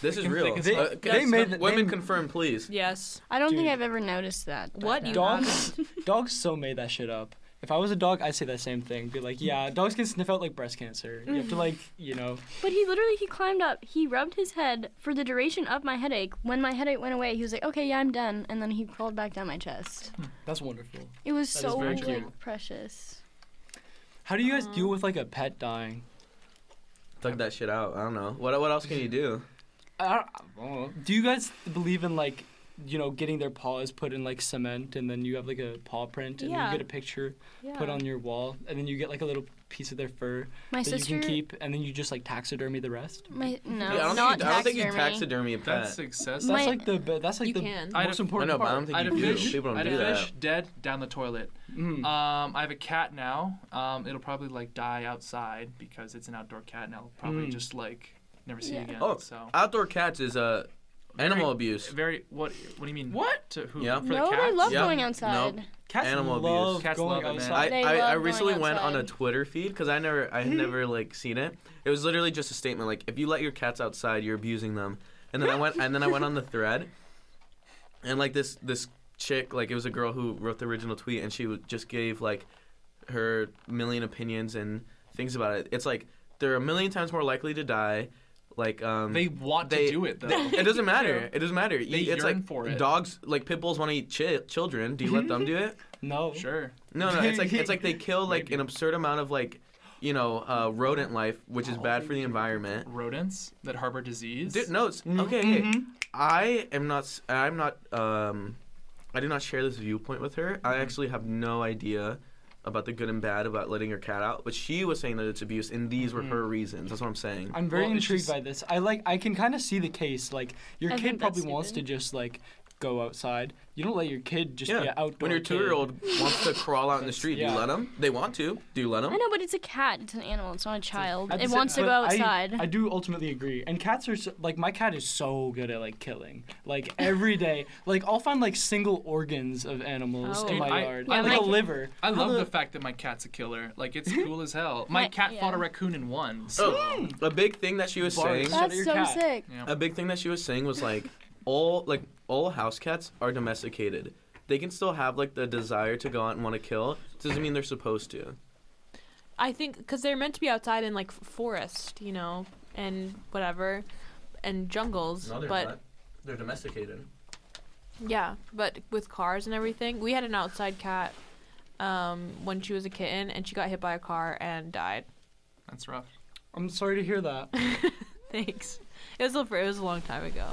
This is
can
real.
think of
They-
Uh,
they
yes,
made-
women
they-
confirm, please.
Yes.
I don't
Dude.
think I've ever noticed that. but,
What
uh,
do you
dogs. [LAUGHS] dogs so made that shit up. If I was a dog, I'd say that same thing. Be like, yeah, dogs can sniff out like breast cancer. You
Mm-hmm.
have to like, you know.
But he literally he climbed up. He rubbed his head for the duration of my headache. When my headache went away, he was like, "Okay, yeah, I'm done." And then he crawled back down my chest.
That's wonderful.
It was
That is
so
very
like
cute.
precious.
How do you guys
Um,
deal with like a pet dying?
Tug that shit out. I don't know. What what else can you do?
I don't- I
Oh,
don't know. Do you guys believe in like, you know, getting their paws put in like cement and then you have like a paw print and
Yeah.
then you get a picture
Yeah.
put on your wall and then you get like a little piece of their fur
My
that
sister,
you can keep and then you just like taxidermy the rest?
my no,
Yeah, I don't, think
not
you, I don't think you
taxidermy.
taxidermy a pet.
That's success.
That's
My-
like the be- that's like
You
the
can.
most
I'd-
I
important
know, but
part.
I don't think
I had a
you do.
fish.
People
I
don't
had
do
a
that.
fish dead down the toilet.
Uh,
Mm.
[LAUGHS] Um, I have a cat now. Um, it'll probably like die outside because it's an outdoor cat, and I'll probably
Mm.
just like never see
Yeah.
it again.
Hmm. Oh.
so
Outdoor cats is uh, animal
Very-
abuse.
Very what? What do you mean?
What?
To who?
Yeah.
For
No,
the
Oh, I
cats?
love
Yeah.
going
No.
outside.
Cats
Animal
love
abuse.
Cats
going
love it, man.
outside.
I,
They
I,
love
I
going
recently went on a
outside.
Twitter feed because I never I had never like seen it. It was literally just a statement like if you let your cats outside you're abusing them. And then I went and then I went on the thread, and like this this chick like it was a girl who wrote the original tweet and she would- just gave like her million opinions and things about it. It's like they're a million times more likely to die. Like um,
They want
They-
to
[LAUGHS]
do it though.
it doesn't matter. It doesn't matter. E,
They
it's
yearn
like
for it.
dogs, like pit bulls, want to eat chi- children. Do you let them do it?
No.
sure.
No, no. It's like it's like they
[LAUGHS]
kill like
Maybe.
an absurd amount of like, you know, uh, rodent life, which is bad for the environment.
Rodents that harbor disease.
Dude, no, it's
Mm-hmm.
Mm-hmm.
okay. okay. I am not. s- I'm not. Um, I do not share this viewpoint with her.
Mm-hmm.
I actually have no idea about the good and bad about letting your cat out, but she was saying that it's abuse, and these were
Mm-hmm.
her reasons. That's what I'm saying.
I'm very
Well, it's
intrigued
just-
by this. I like I can kind of see the case. Like your
I
kid
think that's
probably wants to
stupid.
just like go outside. You don't let your kid just be
yeah,
an outdoor.
when your
kid.
two-year-old wants to crawl out in the street, do
yeah.
you let them? They want to. Do you let them?
I know, but it's a cat. It's an animal. It's not a child.
At the
It
same
wants to
time-
go
but
outside.
I, I do ultimately agree. And cats are so, like my cat is so good at like killing. Like
[LAUGHS]
every day, like I'll find like single organs of animals
Oh.
in
Dude,
my
I-
yard,
I
like
like-
a liver.
I
How
love
the-
the fact that my cat's a killer. Like it's cool
[LAUGHS]
as hell. My
My-
cat
yeah.
fought a raccoon and won. So
Oh, a big thing that she was
Bars.
saying.
Shut
That's
your
so
cat.
sick.
A big thing that she was saying was
[LAUGHS]
like all like all house cats are domesticated. They can still have like the desire to go out and want to kill. Doesn't mean they're supposed to.
I think because they're meant to be outside in like f- forest, you know, and whatever, and jungles. but
They're domesticated.
yeah, but with cars and everything, we had an outside cat um, when she was a kitten, and she got hit by a car and died. [LAUGHS]
that's rough.
I'm sorry to hear that.
[LAUGHS]
Thanks. It was a, it was a long time ago.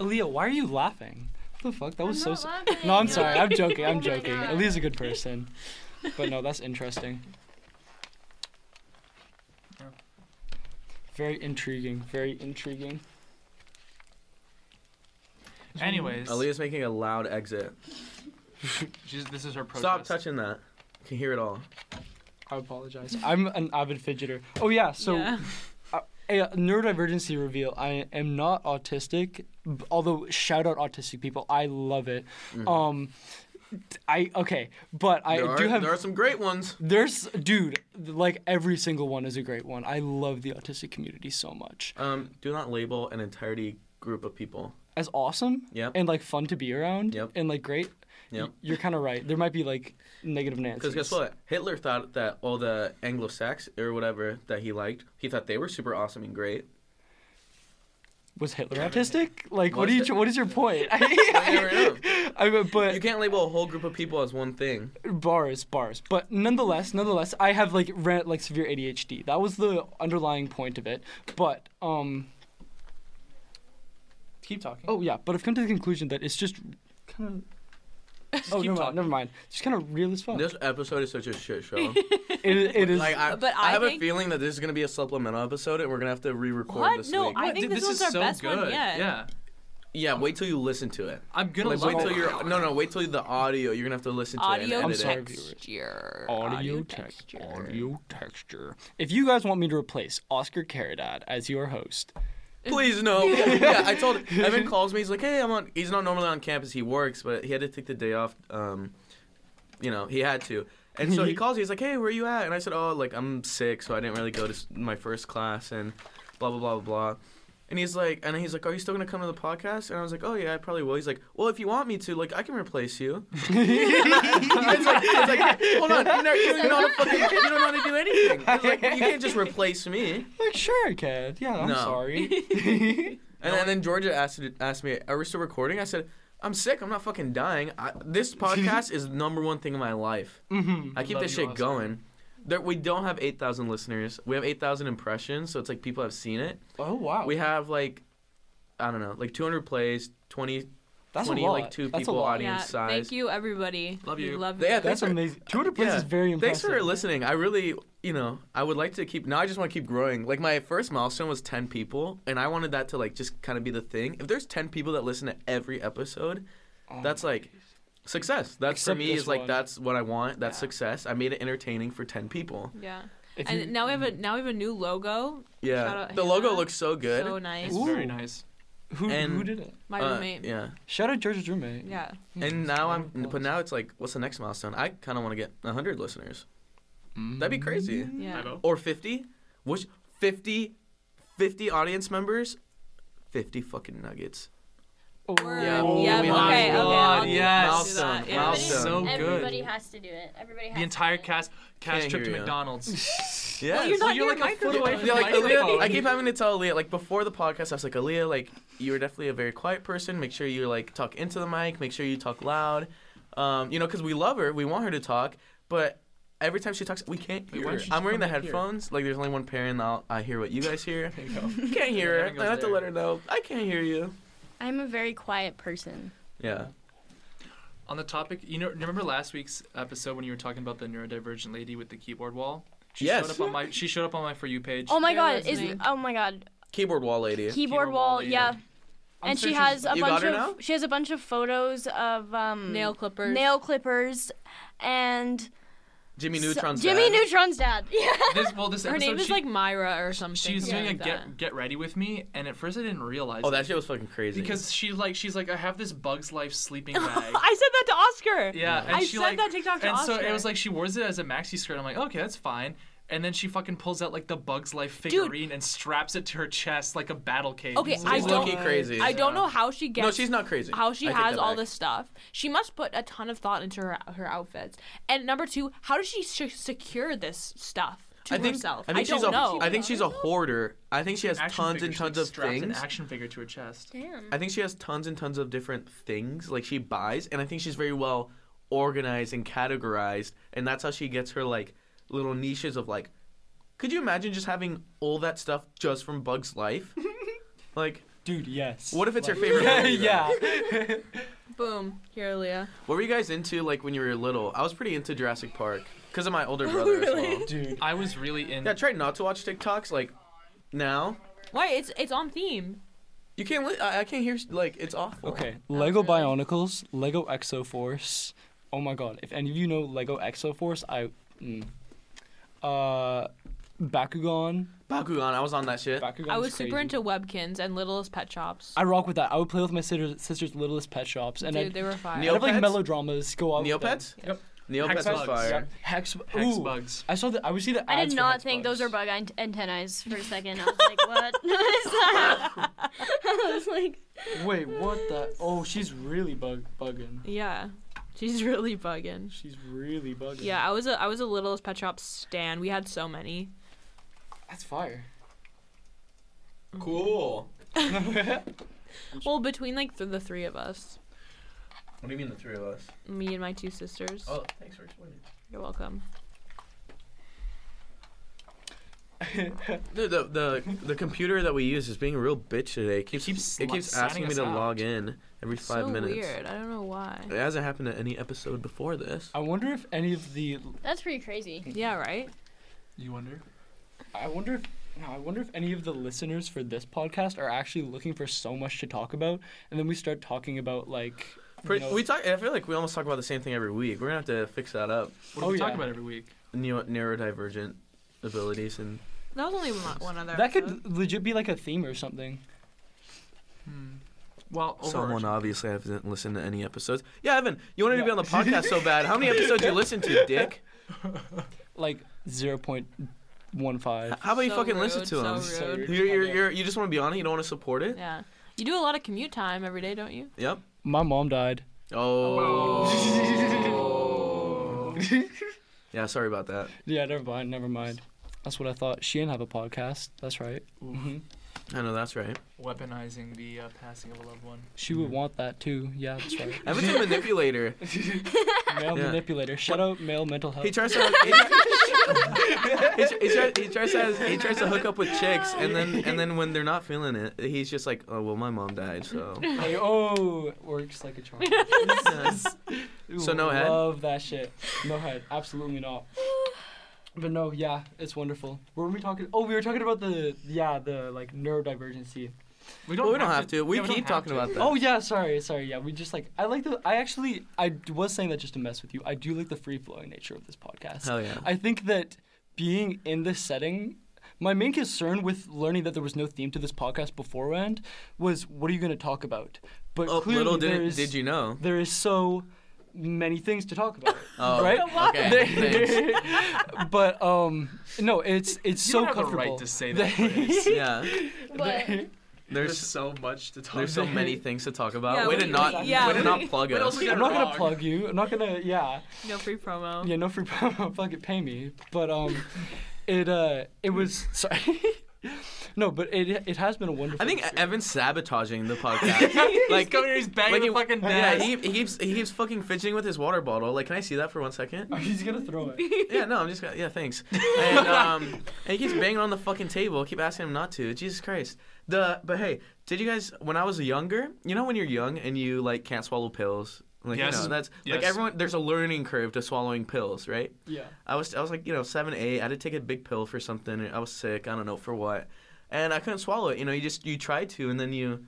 Aaliyah, why are you laughing? What the fuck? That was Oh, so.
not
s-
laughing.
No, I'm sorry.
[LAUGHS]
I'm joking.
Oh
I'm
my
joking.
God.
Aaliyah's a good
[LAUGHS]
person. But no, that's interesting.
Yeah.
Very intriguing. Very intriguing.
Anyways,
Aaliyah's making a loud exit.
she's, this is her protest.
Stop touching that. You can hear it all.
[LAUGHS] I apologize. I'm an avid fidgeter. Oh yeah, so
Yeah.
a neurodivergency reveal. I am not autistic, b- although shout out autistic people. I love it. Um, I okay, but I
Mm-hmm. there, are,
do have
there are some great ones.
there's dude like every single one is a great one. I love the autistic community so much.
Um, do not label an entirety group of people.
As awesome
Yep.
and like fun to be around
Yep.
and like great.
Yep.
You're kind of right. There might be like negative Nancy.
Because guess what? Hitler thought that all the Anglo Sax or whatever that he liked, he thought they were super awesome and
[LAUGHS]
great.
Was Hitler autistic? Like, what
Was
do you?
it-
tr- What is
[LAUGHS]
your point? [LAUGHS] I,
I never know.
I- but
You can't label a whole group of people as one thing.
bars bars but nonetheless nonetheless i have like re- like severe adhd that was the underlying point of it but um
Keep talking.
oh yeah but i've come to the conclusion that it's just [LAUGHS] kind of oh
keep
never mind,
talking.
never mind just kind of real as fuck
This episode is such a shit show.
[LAUGHS] it, it is
like, I,
But
I,
I
have a
think-
feeling that this is gonna be a supplemental episode, and we're gonna have to re-record
What?
this
No,
week.
I think
Dude,
this
this
one's
is
our
so
best one
good.
yet.
Yeah.
Yeah, wait till you listen to it.
I'm gonna
Like,
like,
wait
it.
till you're no, no, wait till the audio. You're gonna have to listen to it.
Audio
And
I'm
edit
sorry,
It.
texture.
audio texture audio texture if you guys want me to replace oscar Caridad as your
[LAUGHS]
host [LAUGHS]
Please no. [LAUGHS] yeah, I told Evan calls me. He's like, hey, I'm on. He's not normally on campus. He works, but he had to take the day off. Um, you know, he had to. And [LAUGHS] so he calls me. He's like, hey, where you at? And I said, oh, like I'm sick, so I didn't really go to s- my first class, and blah blah blah blah blah. And he's like, and he's like, are you still gonna come to the podcast? And I was like, oh yeah, I probably will. He's like, well, if you want me to, like, I can replace [LAUGHS] you. it's like, it's like, hold on, you, never, you don't know how to fucking, you don't know how to do anything. It's like, you can't just replace me.
like sure i can yeah i'm
No. [LAUGHS]
sorry [LAUGHS]
And, and then Georgia asked asked me, "Are we still recording?" I said, "I'm sick. I'm not fucking dying. I,
[LAUGHS]
this podcast is number one thing in my life.
Mm-hmm.
I keep
Love
this
you,
shit
Oscar.
going. There, we don't have eight thousand listeners. We have eight thousand impressions. So it's like people have seen it.
oh wow
We have like, I don't know, like 200 plays, 20,
that's
20
a lot
like two
that's
people
a lot.
audio.
Yeah,
audience size.
thank you everybody.
Love
We
you.
Love
Yeah,
you.
thanks
that's
for-
amazing 200 plays
Yeah.
is very impressive
Thanks for listening. I really, you know, I would like to keep. Now I just want to keep growing. Like my first milestone was ten people, and I wanted that to like just kind of be the thing. If there's ten people that listen to every episode,
Oh
that's like success. That's
Except
for me
this
is like
one.
that's what I want. That's success. I made it entertaining for ten people.
Yeah.
If you-
And now we have a now we have a new logo. Shout
Yeah,
out
the logo
Hannah.
looks so good.
So
It's
nice.
Ooh.
very nice.
Who,
And-
who did it?
My
Uh,
roommate.
yeah,
Shout out George's roommate.
Yeah.
and now I'm.
Round of
But
applause.
now it's like, what's the next milestone? I kind of want to get hundred listeners.
Mm.
That'd be crazy.
Yeah.
Hello?
Or fifty? Which 50, 50 audience members? Fifty fucking nuggets.
Oh,
Word.
Yeah.
Yeah,
Oh
okay,
my
okay.
God,
I'll do-
yes.
I'll do that,
Milestone,
yeah.
milestone.
So good.
Everybody has to do it. Everybody has
The entire
to do it.
cast cast
Can't
trip
hear you.
to
[LAUGHS]
McDonald's.
Yeah.
Well, you're not
you're
near
like a foot
microphone.
away from
yeah, like
the
Aaliyah,
microphone.
I keep having to tell Aaliyah, like before the podcast, I was like, Aaliyah, like you're definitely a very quiet person. Make sure you like talk into the mic. Make sure you talk loud. Um, you know, because we love her, we want her to talk, but every time she talks, we can't
Wait,
hear.
why
her.
don't you just
I'm wearing the
come back here?
headphones. Like there's only one pair, and I'll, I hear what
[LAUGHS]
you guys hear.
There you go.
can't hear
Everything
her. I have
goes
to
there.
let her know I can't hear you.
I'm a very quiet person.
Yeah.
On the topic, you know, remember last week's episode when you were talking about the neurodivergent lady with the keyboard wall? She
Yes.
showed up on my she showed up on my for you page.
Oh my
They're
god, is
listening.
oh my god.
Keyboard wall lady.
Keyboard wall,
lady.
yeah.
I'm
and
sure
she
she's-
has a
You got
bunch
her
of
now?
she has a bunch of photos of um
Nail clippers.
nail clippers and
Jimmy
so-
Neutron's
Jimmy
dad.
Neutron's dad. [LAUGHS] Yeah.
This, well, this
Her
episode,
name is
she-
like Myra or something.
she was doing
like
a get get ready with me, and at first I didn't realize.
Oh,
it.
that shit was fucking crazy.
because she like she's like I have this Bugs Life
[LAUGHS]
sleeping bag.
[LAUGHS] I said that to Oscar.
Yeah, and
I
she
sent
like,
that TikTok to
and so
Oscar.
it was like she wears it as a maxi skirt. I'm like, okay, that's fine. And then she fucking pulls out like the Bugs Life figurine and straps it to her chest like a battle cage.
Okay,
It's
I
she's
just
don't.
low-key crazy.
I don't know how she gets.
no, she's not crazy.
How she
I take
has
that
all
back.
this stuff. She must put a ton of thought into her her outfits. And number two, how does she sh- secure this stuff to
I think,
herself?
I think
don't
she's
know.
a I think she's a hoarder. I think she has
action
tons
figure.
and
She,
tons
like,
of
straps
things.
An action figure to her chest.
Damn.
I think she has tons and tons of different things like she buys and I think she's very well organized and categorized and that's how she gets her like little niches of like could you imagine just having all that stuff just from Bug's
[LAUGHS]
life? like
Dude, yes.
what if it's her
Like-
favorite movie, though?
yeah.
Boom. Here, Leah.
What were you guys into like when you were little? I was pretty into Jurassic Park because of my
[LAUGHS]
older brother as well.
Dude.
I was really in.
Yeah, try not to watch TikToks like now.
Why? It's it's on theme.
You can't li- I, I can't hear like it's awful.
Okay. Lego Bionicles, Lego Exo Force. Oh my god. If any of you know Lego Exo Force, I mm. uh Bakugan.
Bakugan, I was on that shit.
Bakugan.
I was super into Webkins and Littlest Pet Shops.
I rock with that. I would play with my sister's, sister's littlest pet shops, and
Dude,
I'd,
they were fire.
I'd have, like
Neopets?
melodramas. Go out. with them.
Neopets?
Yep.
Neopets was
Hexbugs.
fire.
Hex.
Hex
ooh.
bugs.
I saw that. I would see the.
I
ads
did
for
not
Hex
think those were
bugs.
bug ant- antennas for a second. I was [LAUGHS] like, what? What
[LAUGHS]
is that? I was like,
Wait, what the? Oh, she's really bug bugging.
Yeah, she's really bugging.
She's really bugging.
Yeah, I was a I was a Littlest Pet Shop stan. We had so many.
that's fire.
Cool.
Well, between like th- the three of us,
What do you mean the three of us?
me and my two sisters.
Oh, thanks for explaining.
You're welcome.
Dude, the, the the computer that we use is being a real bitch today. It keeps,
keeps
it keeps
signing
asking me
us
to
out.
log in every five
so
minutes.
weird. I don't know why.
It hasn't happened to any episode before this.
I wonder if any of the.
that's pretty crazy.
Yeah, right.
You wonder?
I wonder if. No, I wonder if any of the listeners for this podcast are actually looking for so much to talk about, and then we start talking about like. you
Pretty,
know-
we talk. I feel like we almost talk about the same thing every week. We're gonna have to fix that up.
What do
Oh,
we talk
yeah.
about every week?
Neo, neurodivergent abilities and
That was only one, one other.
that
episode.
could legit be like a theme or something.
Hmm. Well,
someone
overarching-
obviously hasn't listened to any episodes. Yeah, Evan, you wanted to be
Yeah.
on the podcast so bad. How many episodes you listen [LAUGHS] to, Dick?
Like zero point one five.
How about you
So
fucking listen
rude,
to them?
So rude.
You're, you're, you're, you just want to be on it. You don't want to support it.
Yeah. You do a lot of commute time every day, don't you?
Yep.
My mom died.
Oh. yeah. Sorry about that.
Yeah, never mind. Never mind. That's what I thought. She didn't have a podcast. That's right. hmm
Mm-hmm. I know that's right.
weaponizing the uh, passing of a loved one.
She would want that too. Yeah, that's right.
Evan's a manipulator.
Male
Yeah.
manipulator. Shout out male mental health.
He tries to he, try- he, tr- he, try- he tries to he tries to hook up with chicks, and then and then when they're not feeling it, he's just like, oh well, my mom died, so
Hey, oh, it works like a charm.
[LAUGHS]
Ooh,
So no head?
Love that shit. No head. Absolutely not. But no, yeah, it's wonderful. What were we talking? Oh, we were talking about the yeah, the like neurodivergency.
We
Well, we don't have to. We
Yeah,
keep
don't have
talking about that.
Oh yeah, sorry, sorry. Yeah, we just like I like the I actually I d- was saying that just to mess with you. I do like the free flowing nature of this podcast.
hell yeah.
I think that being in this setting, my main concern with learning that there was no theme to this podcast beforehand was what are you going to talk about? But
Oh,
clearly
little
there
did
is,
it, did you know?
there is so many things to talk about.
Oh,
Right?
Okay. thanks.
[LAUGHS] but um, no, it's it's
You
so
don't have the
comfortable.
right
[LAUGHS]
to say that
They-
phrase.
Yeah.
But
There's
There's
so much to talk.
there's
[LAUGHS]
so
about.
many things to talk about.
Yeah,
way to
we-
not
yeah,
way to
we-
not plug
What
us.
else we got
I'm not gonna
wrong?
plug you. I'm not gonna. Yeah.
No free promo. [LAUGHS]
Yeah, no free [LAUGHS] promo. Fuck it, pay me. But um, it uh, it was [LAUGHS] sorry. no, but it it has been a wonderful.
I think E- Evan's sabotaging
[LAUGHS]
the podcast.
Like,
like,
coming here, he's banging
like
the
he-
fucking
yeah,
desk.
he, he keeps he keeps fucking fidgeting with his water bottle. Like, can I see that for one second?
[LAUGHS]
Oh, [LAUGHS] he's gonna throw it.
Yeah, no, I'm just gonna, yeah, thanks. And, um, and he keeps banging on the fucking table. I keep asking him not to. Jesus Christ. The but hey, did you guys when I was younger? You know when you're young and you like can't swallow pills. Like you
Yes.
know, that's like
Yes.
everyone. There's a learning curve to swallowing pills, right?
Yeah.
I was I was like you know seven eight. I had to take a big pill for something. I was sick. I don't know for what, and I couldn't swallow it. You know, you just you try to, and then you.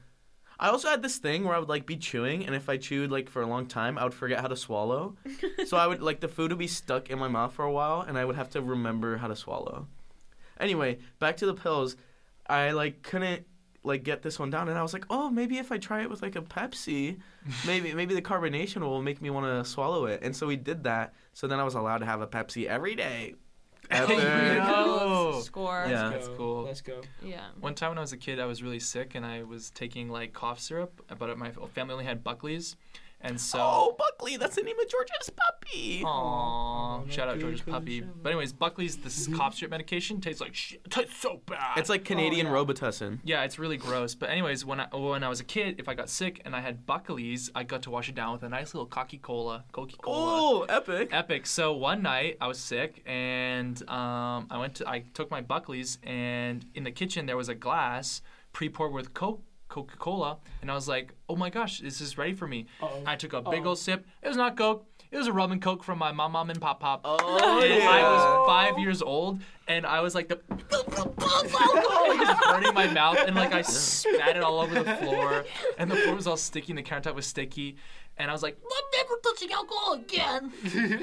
I also had this thing where I would like be chewing, and if I chewed like for a long time, I would forget how to swallow. so I would like the food would be stuck in my mouth for a while, and I would have to remember how to swallow. Anyway, back to the pills. I like couldn't like get this one down, and I was like, oh, maybe if I try it with like a [LAUGHS] Pepsi, maybe maybe the carbonation will make me want to swallow it. And so we did that. So then I was allowed to have a Pepsi every day. Epic. [LAUGHS]
Yeah.
Cool.
Oh.
Score.
Yeah.
Let's
That's
go,
cool.
Let's go.
Yeah.
One time when I was a kid, I was really sick and I was taking like cough syrup, but my family only had Buckley's, and so.
Oh, Buckley, that's the name of George's puppy.
Aww.
Aw,
Shout out
that
George's
dude
puppy.
couldn't show
But anyways, Buckley's this cough syrup medication tastes like shit. Tastes so bad.
It's like Canadian
yeah.
Robitussin.
yeah, it's really gross. But anyways, when I when I was a kid, if I got sick and I had Buckley's, I got to wash it down with a nice little cocky cola, cocky cola.
Oh, epic.
Epic. So one night I was sick and um, I went to I took my Buckley's and in the kitchen there was a glass pre poured with Coke. Coca Cola, and I was like, "Oh my gosh, this is ready for me."
Uh-oh.
I took a big
Uh-oh.
old sip. It was not Coke. It was a rum and Coke from my mom, mom and pop, pop.
Oh,
and I
yeah.
was five years old, and I was like the like, just burning my mouth, and like I spat it all over the floor, and the floor was all sticky, and the countertop was sticky, and I was like, "I'm never touching alcohol again."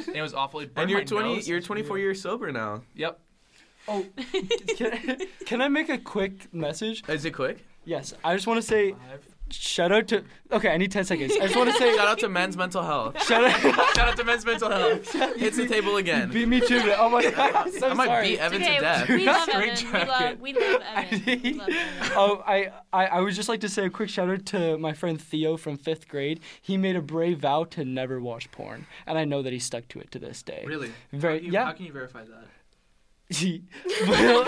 and it was awful. It burned
And you're
my
20,
nose.
you're 24 years sober now.
Yep.
Oh, [LAUGHS] can, can I make a quick message?
Is it quick?
Yes, I just want to say shout out to. Okay, I need ten seconds. I just want to
[LAUGHS]
say
Shout out to men's mental [LAUGHS] health.
shout out. [LAUGHS]
Shout out to men's mental health. Hits the table again.
beat me to it. Oh my
[LAUGHS]
god, I'm so
I might
sorry.
beat Evan
okay,
to death.
we love
Straight
Evan.
[LAUGHS]
We love, we love Evan. We love Evan.
Oh, I, I, I would just like to say a quick shout out to my friend Theo from fifth grade. He made a brave vow to never watch porn, and I know that he stuck to it to this day.
Really?
Very-
how can you,
yeah. [LAUGHS]
How can you verify that?
[LAUGHS]
Well,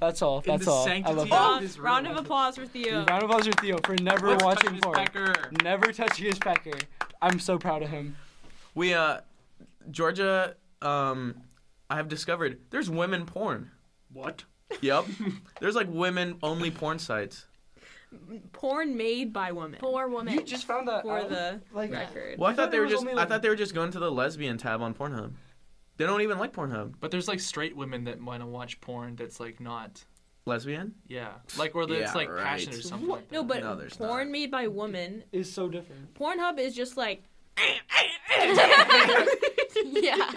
that's all.
In
That's
the
all. I
sanctity
Oh,
love that.
of-
Round,
This room.
round of applause for Theo.
Round of applause for Theo for never
Let's touch
watching
Miss
porn.
Becker.
Never touching his pecker. I'm so proud of him.
We uh, Georgia. Um, I have discovered there's women porn.
What?
[LAUGHS]
Yep. there's like women only porn sites.
Porn made by women.
Poor woman.
You just found that
For
out?
the
like
record.
Well, I,
I
thought,
thought
they
it
were
was
just.
only,
I
like-
thought they were just going to the lesbian tab on Pornhub. They don't even like Pornhub.
But there's like straight women that want to watch porn that's like not.
[LAUGHS]
Lesbian?
Yeah. Like or that's
Yeah,
like passion
right.
or something like that.
No, but
No, there's
porn
not.
made by women.
is so different.
Pornhub is just like
yeah.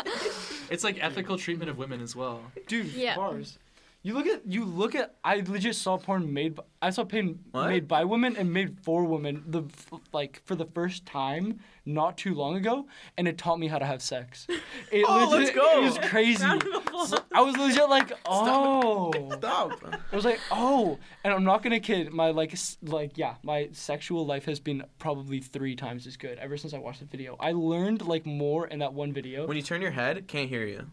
it's like ethical treatment of women as well.
Dude,
Yeah.
bars. You look at you look at I legit saw porn made by, I saw porn
What?
made by women and made for women the f- like for the first time not too long ago and it taught me how to have sex. It
Oh, let's
It
go.
was crazy.
round of applause.
So I was legit
[LAUGHS]
like, oh.
Stop.
I was like, oh, and I'm not gonna kid. My like, s- like, yeah, my sexual life has been probably three times as good ever since I watched the video. I learned like more in that one video.
when you turn your head, can't hear you.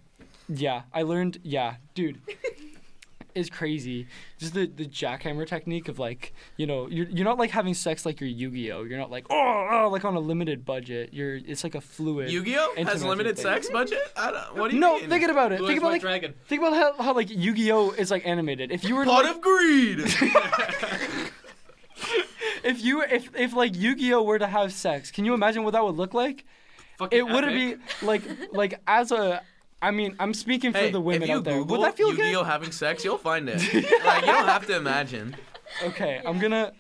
Yeah, I learned. Yeah, dude, it's crazy. Just the the jackhammer technique of like, you know, you're you're not like having sex like your Yu-Gi-Oh. You're not like oh, oh like on a limited budget. You're it's like a fluid.
Yu-Gi-Oh has
Intimate
limited
thing.
sex budget. I don't, what do you
no,
mean?
thinking about it.
Blue
Think
eyes
about
white
like
dragon.
think about how, how like Yu-Gi-Oh is like animated. If you were to,
Pot
like,
of greed.
[LAUGHS] if you if if like Yu-Gi-Oh were to have sex, can you imagine what that would look like?
Fucking
It would be
epic.
like like as a I mean, I'm speaking for
hey,
the women
if you
out there.
Google
would that feel
Yu-Gi-Oh
good?
having sex, you'll find
[LAUGHS]
it. like you don't have to imagine.
Okay, I'm gonna.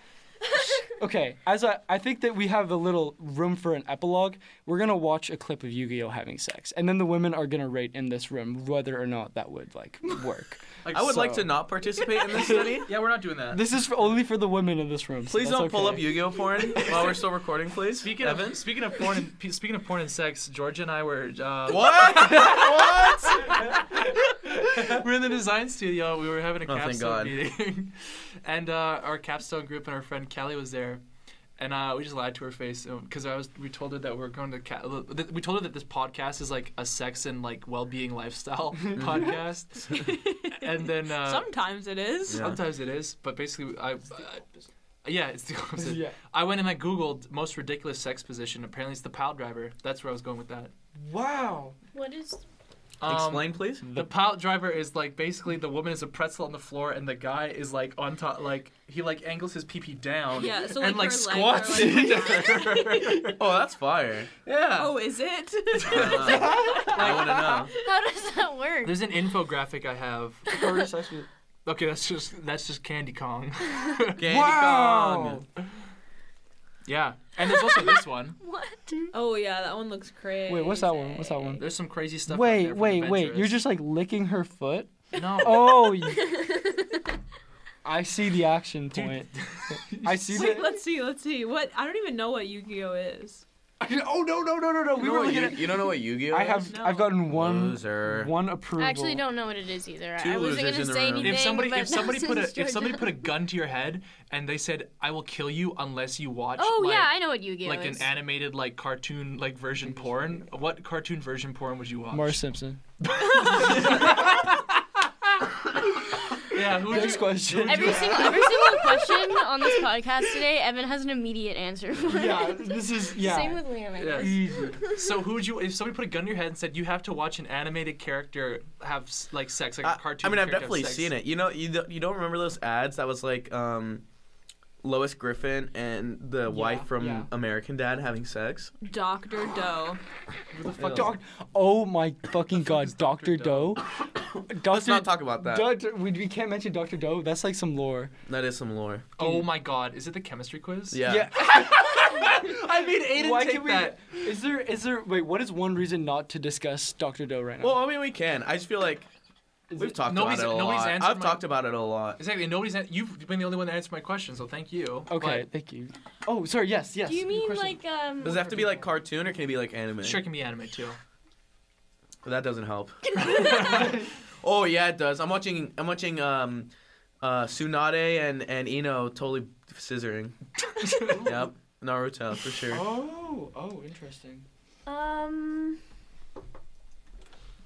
Okay, as I, I think that we have a little room for an epilogue. We're gonna watch a clip of Yu-Gi-Oh having sex, and then the women are gonna rate in this room whether or not that would like work.
Like,
I would like
So-
to not participate in this study.
Yeah, we're not doing that.
this is for, only for the women in this room. so
Please
that's
don't pull
okay.
up Yu-Gi-Oh porn
[LAUGHS]
while we're still recording, please.
Speaking
Evan.
of speaking of porn and [LAUGHS] pe- speaking of porn and sex, Georgia and I were uh,
[LAUGHS] What? what?
we're in the design studio. We were having a
Oh, thank
capstone
God.
meeting, [LAUGHS] and uh, our capstone group and our friend Kelly was there, and uh, we just lied to her face because I was. We told her that we we're going to. Ca- that- we told her that this podcast is like a sex and like well-being [LAUGHS] lifestyle podcast, and then uh,
sometimes it is.
Yeah.
sometimes it is, but basically I. yeah, it's the
[LAUGHS]
opposite.
Yeah.
I went and I googled most ridiculous sex position. Apparently, it's the pile driver. That's where I was going with that.
Wow.
What is?
Um,
Explain, please.
The pallet driver is like basically the woman is a pretzel on the floor and the guy is like on top, like he like angles his pee pee down
Yeah, so,
and like
like, her
squats
legs are, like,
into her.
Oh, that's
[LAUGHS]
fire.
[LAUGHS] yeah.
Oh, is
[LAUGHS]
it? [LAUGHS]
Uh, I want to know.
How does that
[LAUGHS]
work?
There's an infographic I have. Okay, that's just that's just Candy Kong. [LAUGHS]
Candy
Wow.
Kong.
yeah, and there's also
[LAUGHS]
this one.
what?
oh yeah, that one looks crazy.
Wait, what's that one? What's that one?
There's some crazy stuff. out
Wait,
there for
wait, wait.
adventurous.
You're just like licking her foot.
no.
Oh. y- I see the action point. I see
Wait,
the.
let's see, let's see. What? I don't even know what Yu-Gi-Oh is.
Oh no no no no no.
You
We
know
were
what
looking
Yu-
at.
you don't know what Yu-Gi-Oh
I
is?
have
No.
I've gotten one
Loser.
one approval.
I actually don't know what it is either. I-
Two
I wasn't
losers
gonna
in a
say
room.
anything.
if somebody
but [LAUGHS]
if somebody put a
since
if somebody
Georgia-
put a gun to your head and they said I will kill you unless you watch
[LAUGHS] Oh
like,
yeah, I know what Yu-Gi-Oh
like
is.
an animated like cartoon like version porn what cartoon version porn would you watch
Mars Simpson.
yeah who would
Next
you [LAUGHS]
question.
Every single every single question on this podcast today, Evan has an immediate answer for.
yeah, this is yeah.
Same with Liam. I
Yeah.
guess.
Easy.
so who would you if somebody put a gun to your head and said you have to watch an animated character have s- like sex like a
I,
cartoon
I mean, I've
character have
definitely
sex?
seen it. You know, you don't, you don't remember those ads that was like um, Lois Griffin and the wife from
yeah.
American Dad having sex.
Doctor Doe.
Who the fuck
Doc- oh my fucking god, Doctor
Dr.
Doe.
Let's
Doctor
not talk about that.
Doctor, we, we can't mention Doctor Doe. That's like some lore.
that is some lore.
oh my god is it the chemistry quiz
Yeah.
I made Aiden
Why
take
can we?
that
Is there? Is there? Wait, what is one reason not to discuss Doctor Doe right now?
Well, I mean, we can. I just feel like We've talked about
nobody's-
it a
nobody's
lot.
answered
I've
my-
talked about it a lot.
Exactly. Nobody's. An- you've been the only one that answered my question, so thank you.
Okay, thank you. Oh, sorry. Yes, yes.
Do you
your
mean
question.
like um?
Does it have to be like cartoon or can it be like anime?
But sure, it can be anime too.
That doesn't help. [LAUGHS] oh yeah, it does. I'm watching. I'm watching. Um, uh, Tsunade and and Ino totally
[LAUGHS]
scissoring. yep, Naruto for sure.
Oh, oh, interesting.
Um,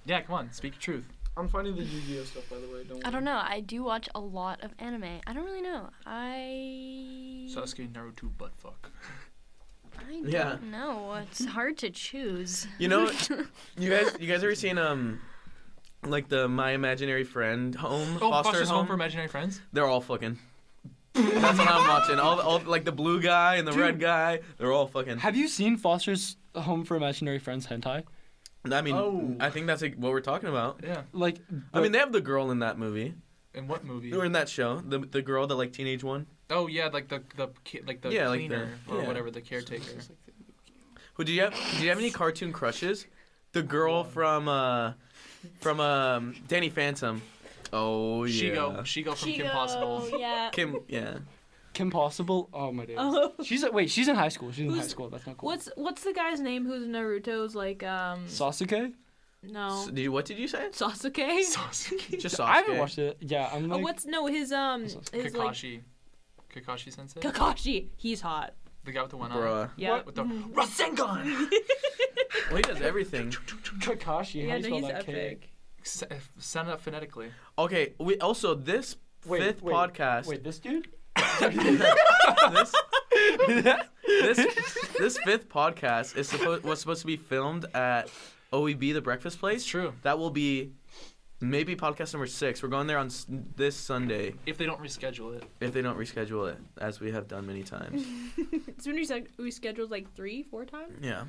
Yeah, come on, speak your truth.
I'm finding the Yu-Gi-Oh stuff by the way. Don't.
I don't know. I do watch a lot of anime. I don't really know. I
Sasuke Naruto butt fuck.
I don't
Yeah.
know. It's hard to choose.
You know, you guys, you guys ever seen um, like the My Imaginary Friend home
Oh,
foster
Foster's home. for imaginary friends.
They're all fucking. That's what I'm watching. All, all like the blue guy and the red guy. They're all fucking.
Have you seen Foster's Home for Imaginary Friends hentai?
I mean,
Oh.
I think that's like, what we're talking about.
Yeah.
Like,
I mean, they have the girl in that movie
In what movie?
or in that show. The the girl, the like teenage one.
Oh yeah, like the the ki- like the
Yeah, like
cleaner
the-
or
yeah.
whatever the caretaker.
Who do you have? Do you have any cartoon crushes? The girl from uh, from um, Danny Phantom. Oh yeah.
Shigo, Shigo from Kim Possible.
[LAUGHS] Yeah.
Kim. Oh, Yeah.
Kim Possible. Oh my days.
Oh.
She's at, wait. She's in high school. She's in high
Who's-
school. That's not cool.
What's what's the guy's name who's Naruto's like um
Sasuke?
S-
no
did you, what did you say?
Sasuke?
Sasuke.
Just Sasuke.
Oh. I haven't watched it. Yeah, I'm
Oh,
like.
what's no his um his like
[LAUGHS] Kakashi. Kakashi sensei.
Kakashi. He's hot.
the guy with the one eye.
Bruh.
Yeah. [LAUGHS]
With the Rasengan.
Well, he does everything.
Mm-hmm. Kakashi?
Yeah,
How do
no,
you spell
he's
that
epic.
cake?
S- Sound it eh, up phonetically.
Okay. We also this
Wait,
fifth
wait,
podcast.
Wait, this dude? [LAUGHS]
this
[LAUGHS]
this this fifth podcast is supposed was supposed to be filmed at OEB the Breakfast Place.
It's true.
That will be maybe podcast number six. We're going there on s- this Sunday
If they don't reschedule it.
if they don't reschedule it, as we have done many times.
[LAUGHS] It's when we said we scheduled like three, four times.
yeah,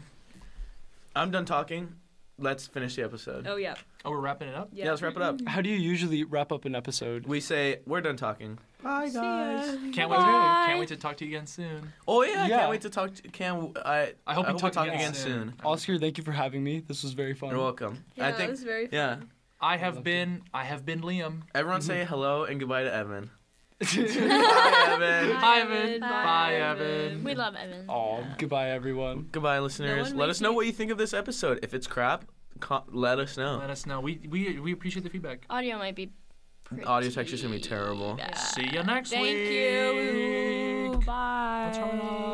I'm done talking. Let's finish the episode.
Oh yeah.
Oh, we're wrapping it up.
Yeah, let's wrap it up.
How do you usually wrap up an episode?
We say we're done talking. Bye guys.
Can't wait. To,
Bye.
can't wait to talk to you again soon.
Oh yeah, I
Yeah.
can't wait to talk. To, can I?
I hope
I
you
hope
talk
we talk
again
again
soon.
soon.
Oscar, thank you for having me. This was very fun.
You're welcome.
Yeah,
I think.
that was very fun.
Um, yeah. Mm-hmm.
I
love
have
to.
been. I have been Liam.
Everyone say hello and goodbye to
[LAUGHS]
Evan.
[LAUGHS] Aw,
Bye, Evan.
Bye, Evan.
Bye,
Bye,
Evan.
Evan.
[LAUGHS] We love Evan.
goodbye, everyone.
[LAUGHS] Goodbye, listeners.
one
let
makes
us know
me-
what you think of this episode. If it's crap, co- let us know.
Let us know. We we we appreciate the feedback.
Audio might be. Pretty
Audio texture's gonna be terrible.
bad.
See you next
Thank
week.
you. Bye.
Turn off.